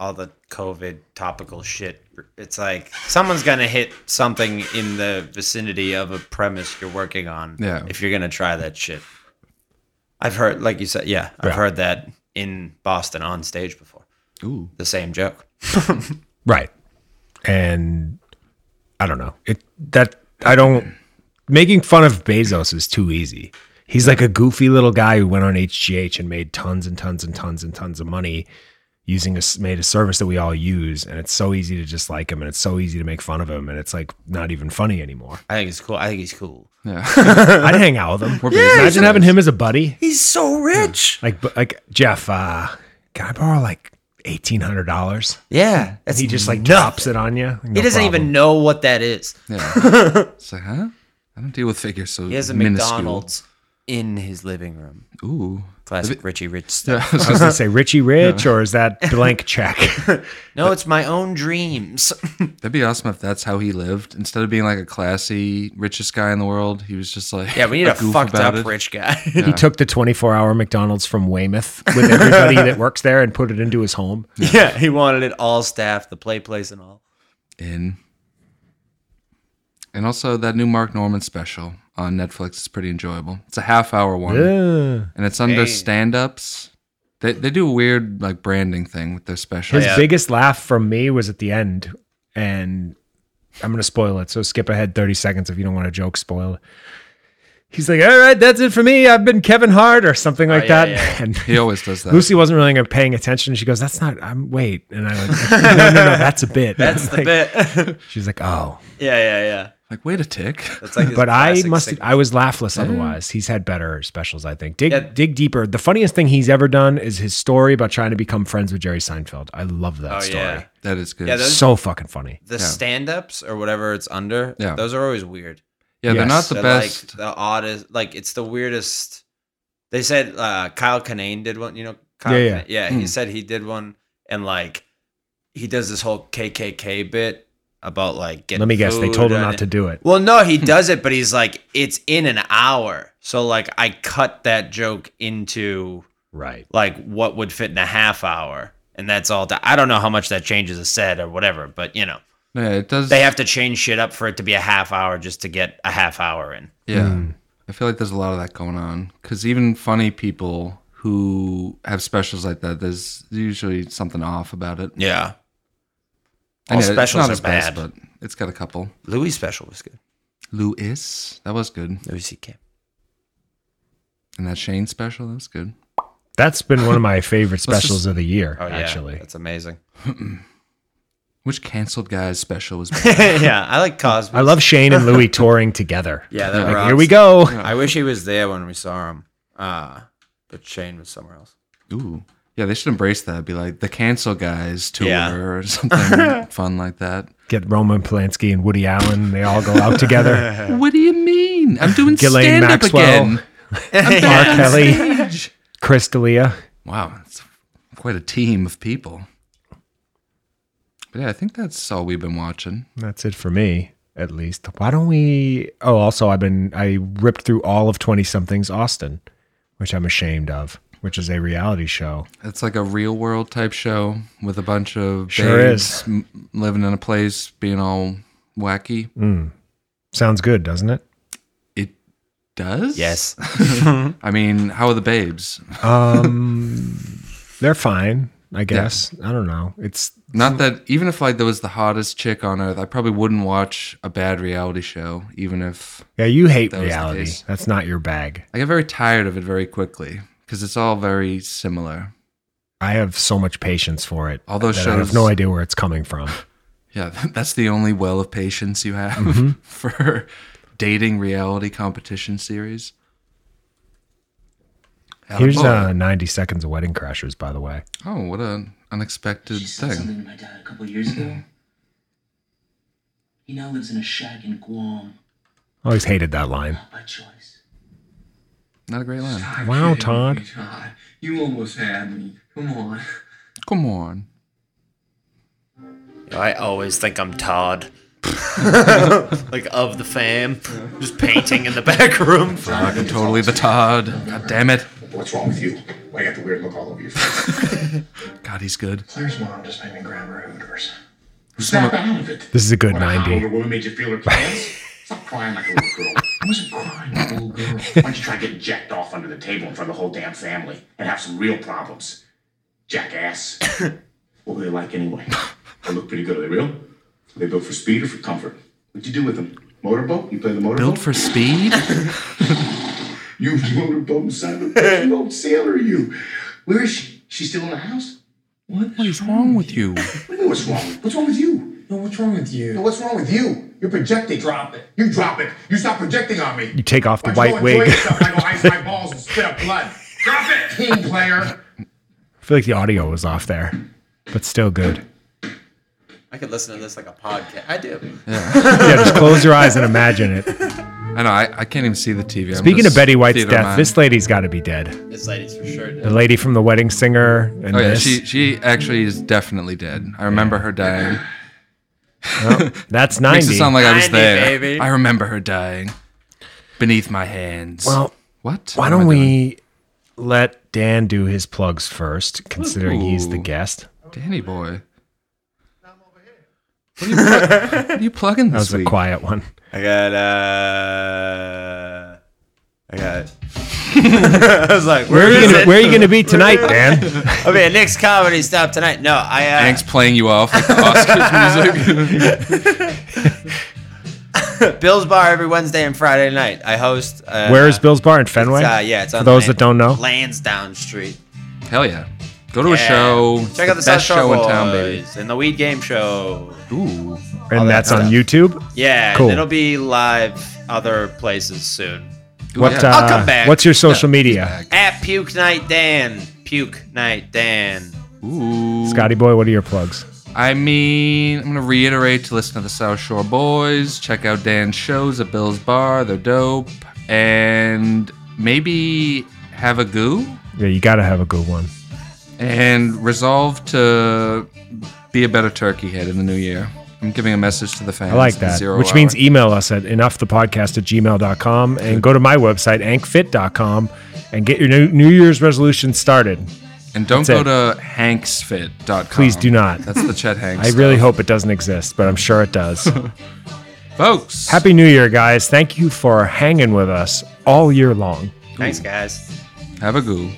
Speaker 7: all the COVID topical shit. It's like someone's gonna hit something in the vicinity of a premise you're working on.
Speaker 5: Yeah.
Speaker 7: if you're gonna try that shit, I've heard, like you said, yeah, I've
Speaker 6: Yeah.
Speaker 7: heard that in Boston on stage before.
Speaker 5: Ooh.
Speaker 7: The same joke.
Speaker 6: Right. And I don't know. It that I don't making fun of Bezos is too easy. He's like a goofy little guy who went on HGH and made tons and tons and tons and tons of money using a s- made a service that we all use and it's so easy to just like him and it's so easy to make fun of him and it's like not even funny anymore.
Speaker 7: I think it's cool. I think he's cool.
Speaker 5: Yeah.
Speaker 6: I'd hang out with him.
Speaker 5: Bezos
Speaker 6: Imagine having him as a buddy.
Speaker 7: He's so rich.
Speaker 6: Like bu- like Jeff, uh, can I borrow like eighteen hundred dollars?
Speaker 7: Yeah, that's
Speaker 6: He just like drops it on you.
Speaker 7: He doesn't even know what that is.
Speaker 5: yeah. It's like, huh? I don't deal with figures. So
Speaker 7: He has a
Speaker 5: minuscule.
Speaker 7: McDonald's in his living room.
Speaker 5: Ooh.
Speaker 7: Classic Richie Rich stuff.
Speaker 5: Yeah. I was
Speaker 6: I was
Speaker 5: just-
Speaker 6: gonna say Richie Rich, or is that blank check?
Speaker 7: No, it's my own dreams.
Speaker 5: That'd be awesome if that's how he lived. Instead of being like a classy, richest guy in the world, he was just like,
Speaker 7: yeah, we need a,
Speaker 5: goof
Speaker 7: fucked
Speaker 5: about
Speaker 7: up
Speaker 5: it.
Speaker 7: rich guy.
Speaker 6: He took the 24 hour McDonald's from Weymouth with everybody that works there and put it into his home.
Speaker 7: yeah, he wanted it all staff, the play place and all.
Speaker 5: in. And also, that new Mark Norman special on Netflix is pretty enjoyable. It's a half hour one.
Speaker 6: Yeah.
Speaker 5: and it's under stand ups. They, they do a weird like branding thing with their specials.
Speaker 6: His biggest laugh from me was at the end, and I'm gonna spoil it. So skip ahead 30 seconds if you don't want a joke spoiled. He's like, "All right, that's it for me. I've been Kevin Hart or something like
Speaker 7: Oh, yeah,
Speaker 6: that."
Speaker 7: yeah.
Speaker 6: And
Speaker 5: He always does that.
Speaker 6: Lucy wasn't really paying attention. She goes, "That's not. I'm wait." And I like, "No, no, no. That's a bit.
Speaker 7: That's the
Speaker 6: Like,
Speaker 7: bit.
Speaker 6: She's like, "Oh."
Speaker 7: yeah, yeah, yeah.
Speaker 5: Like, wait a tick.
Speaker 7: That's like his
Speaker 6: but I
Speaker 7: classic
Speaker 6: must.
Speaker 7: signature.
Speaker 6: I was laughless. Otherwise, he's had better specials. I think. Dig
Speaker 7: Yeah.
Speaker 6: dig deeper. The funniest thing he's ever done is his story about trying to become friends with Jerry Seinfeld. I love that
Speaker 7: Oh,
Speaker 6: story.
Speaker 7: yeah.
Speaker 5: That is good.
Speaker 7: Yeah,
Speaker 5: Yeah,
Speaker 7: those-
Speaker 6: So fucking funny.
Speaker 7: The stand-ups or whatever it's under,
Speaker 5: Yeah.
Speaker 7: those are always weird.
Speaker 5: they're not
Speaker 6: yes.
Speaker 5: the
Speaker 7: They're
Speaker 5: best.
Speaker 7: Like the oddest, like it's the weirdest. They said uh, Kyle Kinane did one. You know, Kyle
Speaker 6: Yeah, yeah. Hmm.
Speaker 7: Kinane- He
Speaker 5: Mm.
Speaker 7: said he did one, and like he does this whole KKK bit about like getting.
Speaker 6: Let me guess. They
Speaker 7: food
Speaker 6: told him
Speaker 7: and-
Speaker 6: not to do it.
Speaker 7: Well, no, he does it, but he's like, it's in an hour, so like I cut that joke into
Speaker 6: Right.
Speaker 7: like what would fit in a half hour, and that's all. That, I don't know how much that changes a set or whatever, but you know
Speaker 5: yeah, it does.
Speaker 7: they have to change shit up for it to be a half hour just to get a half hour in.
Speaker 5: yeah.
Speaker 6: Hmm.
Speaker 5: I feel like there's a lot of that going on because even funny people who have specials like that, there's usually something off about it.
Speaker 7: Yeah.
Speaker 5: I
Speaker 7: All
Speaker 5: know it's
Speaker 7: specials
Speaker 5: not
Speaker 7: are
Speaker 5: as best, but
Speaker 7: bad.
Speaker 5: it's got a couple.
Speaker 7: Louis special was good.
Speaker 5: Louis, that was good,
Speaker 7: Louis C.K.
Speaker 5: and that Shane special, that was good.
Speaker 6: That's been one of my favorite
Speaker 5: Let's
Speaker 6: specials
Speaker 5: just-
Speaker 6: of the year.
Speaker 7: Oh yeah,
Speaker 6: Actually,
Speaker 7: that's amazing.
Speaker 5: Which canceled guys special was better?
Speaker 7: yeah, I like Cosby.
Speaker 6: I love Shane and Louis touring together.
Speaker 7: Yeah, that
Speaker 6: Like,
Speaker 7: rocks.
Speaker 6: here we go.
Speaker 7: I wish he was there when we saw him. Uh, but Shane was somewhere else.
Speaker 5: Ooh. Yeah, they should embrace that. Be like the cancel guys tour
Speaker 7: Yeah.
Speaker 5: or something fun like that.
Speaker 6: Get Roman Polanski and Woody Allen. They all go out together.
Speaker 5: What do you mean? I'm doing
Speaker 6: Ghislaine
Speaker 5: stand up
Speaker 6: Maxwell.
Speaker 5: again.
Speaker 6: R.
Speaker 5: back on
Speaker 6: Kelly, Chris D'Elia.
Speaker 5: Wow, it's quite a team of people. But yeah, I think that's all we've been watching.
Speaker 6: That's it for me, at least. Why don't we? Oh, also, I've been I ripped through all of Twenty Somethings Austin, which I'm ashamed of, which is a reality show.
Speaker 5: It's like a real world type show with a bunch of
Speaker 6: Sure
Speaker 5: babes
Speaker 6: is.
Speaker 5: m- living in a place, being all wacky.
Speaker 6: Mm. Sounds good, doesn't it?
Speaker 5: It does. I mean, how are the babes?
Speaker 6: They're fine, I guess. I don't know. It's
Speaker 5: Not that even if like there was the hottest chick on earth, I probably wouldn't watch a bad reality show. Even if
Speaker 6: yeah, you hate
Speaker 5: That was the
Speaker 6: reality.
Speaker 5: case.
Speaker 6: That's not your bag.
Speaker 5: I get very tired of it very quickly because it's all very similar.
Speaker 6: I have so much patience for it.
Speaker 5: All those
Speaker 6: that I have
Speaker 5: shows-
Speaker 6: no idea where it's coming from.
Speaker 5: Yeah, that's the only well of patience you have
Speaker 6: Mm-hmm.
Speaker 5: for dating reality competition series. Alan
Speaker 6: Here's
Speaker 5: Boyd.
Speaker 6: uh, 90 seconds of Wedding Crashers, by the way.
Speaker 5: oh, what an unexpected thing.
Speaker 3: to my dad a couple years ago. He now lives in a shack in Guam
Speaker 6: Always hated that line.
Speaker 3: by choice.
Speaker 5: Not a great line.
Speaker 6: Wow, Todd.
Speaker 2: God, you almost had me. Come on.
Speaker 5: Come on.
Speaker 7: I always think I'm Todd. like of the fam, just painting in the back room.
Speaker 5: Fucking totally the Todd. God damn it.
Speaker 2: What's wrong with you? Why you got the weird look all over your face?
Speaker 5: God, he's good.
Speaker 2: Claire's mom just made me grab her Hooters.
Speaker 5: Some
Speaker 2: Snap
Speaker 5: of-
Speaker 2: out of it.
Speaker 6: This is a good
Speaker 2: When a hot
Speaker 6: 90.
Speaker 2: older woman made you feel her plans? Stop crying like a little girl. I wasn't crying like a little girl. Why don't you try getting jacked off under the table in front of the whole damn family and have some real problems? Jackass. what were they like anyway? They look pretty good. Are they real? Are they built for speed or for comfort? What'd you do with them? Motorboat? You play the motorboat?
Speaker 5: Built for speed?
Speaker 2: You motorboat son of a bitch. You old sailor, you. Where is she? She's still in the house? What?
Speaker 5: What is wrong with you?
Speaker 2: What do you mean, What's wrong? What's wrong with you? No, what's wrong with you? No, what's wrong with you? You're projecting. Drop it. You drop it. You stop projecting on me.
Speaker 6: You take off the
Speaker 2: Why don't
Speaker 6: white
Speaker 2: you enjoy
Speaker 6: wig.
Speaker 2: yourself? I go ice my balls and spit up blood. Drop it, team player.
Speaker 6: I feel like the audio was off there, but still good.
Speaker 7: I could listen to this like a podcast. I do.
Speaker 6: Yeah, just close your eyes and imagine it.
Speaker 5: I know, I, I can't even see the TV. I'm
Speaker 6: Speaking of
Speaker 5: just
Speaker 6: Betty White's
Speaker 5: theater
Speaker 6: death,
Speaker 5: man.
Speaker 6: this lady's got to be dead.
Speaker 7: This lady's for sure.
Speaker 6: The lady from The Wedding Singer and
Speaker 5: Oh, yeah,
Speaker 6: this.
Speaker 5: she, she actually is definitely dead. I remember her dying.
Speaker 6: that's
Speaker 5: Makes
Speaker 6: 90.
Speaker 5: it sound like I was
Speaker 7: 90,
Speaker 5: there.
Speaker 7: baby.
Speaker 5: I remember her dying beneath my hands.
Speaker 6: well,
Speaker 5: what? Oh What
Speaker 6: why
Speaker 5: am
Speaker 6: don't
Speaker 5: I doing?
Speaker 6: we let Dan do his plugs first, considering he's the
Speaker 5: Ooh.
Speaker 6: guest?
Speaker 5: Danny boy. What are you, plug- what are you plugging
Speaker 6: That
Speaker 5: this
Speaker 6: was a
Speaker 5: week?
Speaker 6: quiet one.
Speaker 7: I got uh I got I was like,
Speaker 6: Where are you
Speaker 7: is
Speaker 6: gonna,
Speaker 7: it?
Speaker 6: where are you gonna be tonight, Dan?
Speaker 7: Okay, next comedy stop tonight. No, I uh,
Speaker 5: Hank's playing you off with the Oscars music.
Speaker 7: Bill's Bar every Wednesday and Friday night. I host uh,
Speaker 6: Where is Bill's Bar in Fenway?
Speaker 7: It's, uh, yeah, it's
Speaker 6: For
Speaker 7: on
Speaker 6: those
Speaker 7: Lan-
Speaker 6: that don't know,
Speaker 7: Lansdowne Street.
Speaker 5: Hell yeah. Go to a
Speaker 7: Yeah.
Speaker 5: show. It's
Speaker 7: Check out the
Speaker 5: best
Speaker 7: South Shore
Speaker 5: show in town, baby.
Speaker 7: Boys And the Weed Game Show.
Speaker 5: Ooh.
Speaker 6: and that's on YouTube.
Speaker 11: Yeah, and
Speaker 6: Cool.
Speaker 11: it'll be live other places soon.
Speaker 6: What?
Speaker 5: yeah.
Speaker 6: Uh,
Speaker 11: I'll come back.
Speaker 6: What's your social media,
Speaker 11: At Puke Night Dan. Puke Night Dan.
Speaker 5: Ooh.
Speaker 6: Scotty Boy? What are your plugs?
Speaker 5: I mean, I'm going to reiterate to listen to the South Shore Boys, check out Dan's shows at Bill's Bar. They're dope. And maybe have a goo
Speaker 6: Yeah, you got to have a good one.
Speaker 5: and resolve to be a better turkey head in the new year. I'm giving a message to the fans.
Speaker 6: I like that.
Speaker 5: Zero
Speaker 6: Which
Speaker 5: hour.
Speaker 6: means email us at enoughthepodcast at gmail.com and go to my website, ankfit.com, and get your new, new Year's resolution started.
Speaker 5: and don't
Speaker 6: e- that's
Speaker 5: go to hanksfit.com.
Speaker 6: Please do not.
Speaker 5: That's the Chet Hanks.
Speaker 6: I really
Speaker 5: stuff.
Speaker 6: hope it doesn't exist, but I'm sure it does.
Speaker 5: folks.
Speaker 6: Happy New Year, guys. Thank you for hanging with us all year long.
Speaker 11: Thanks, guys.
Speaker 5: have a goo.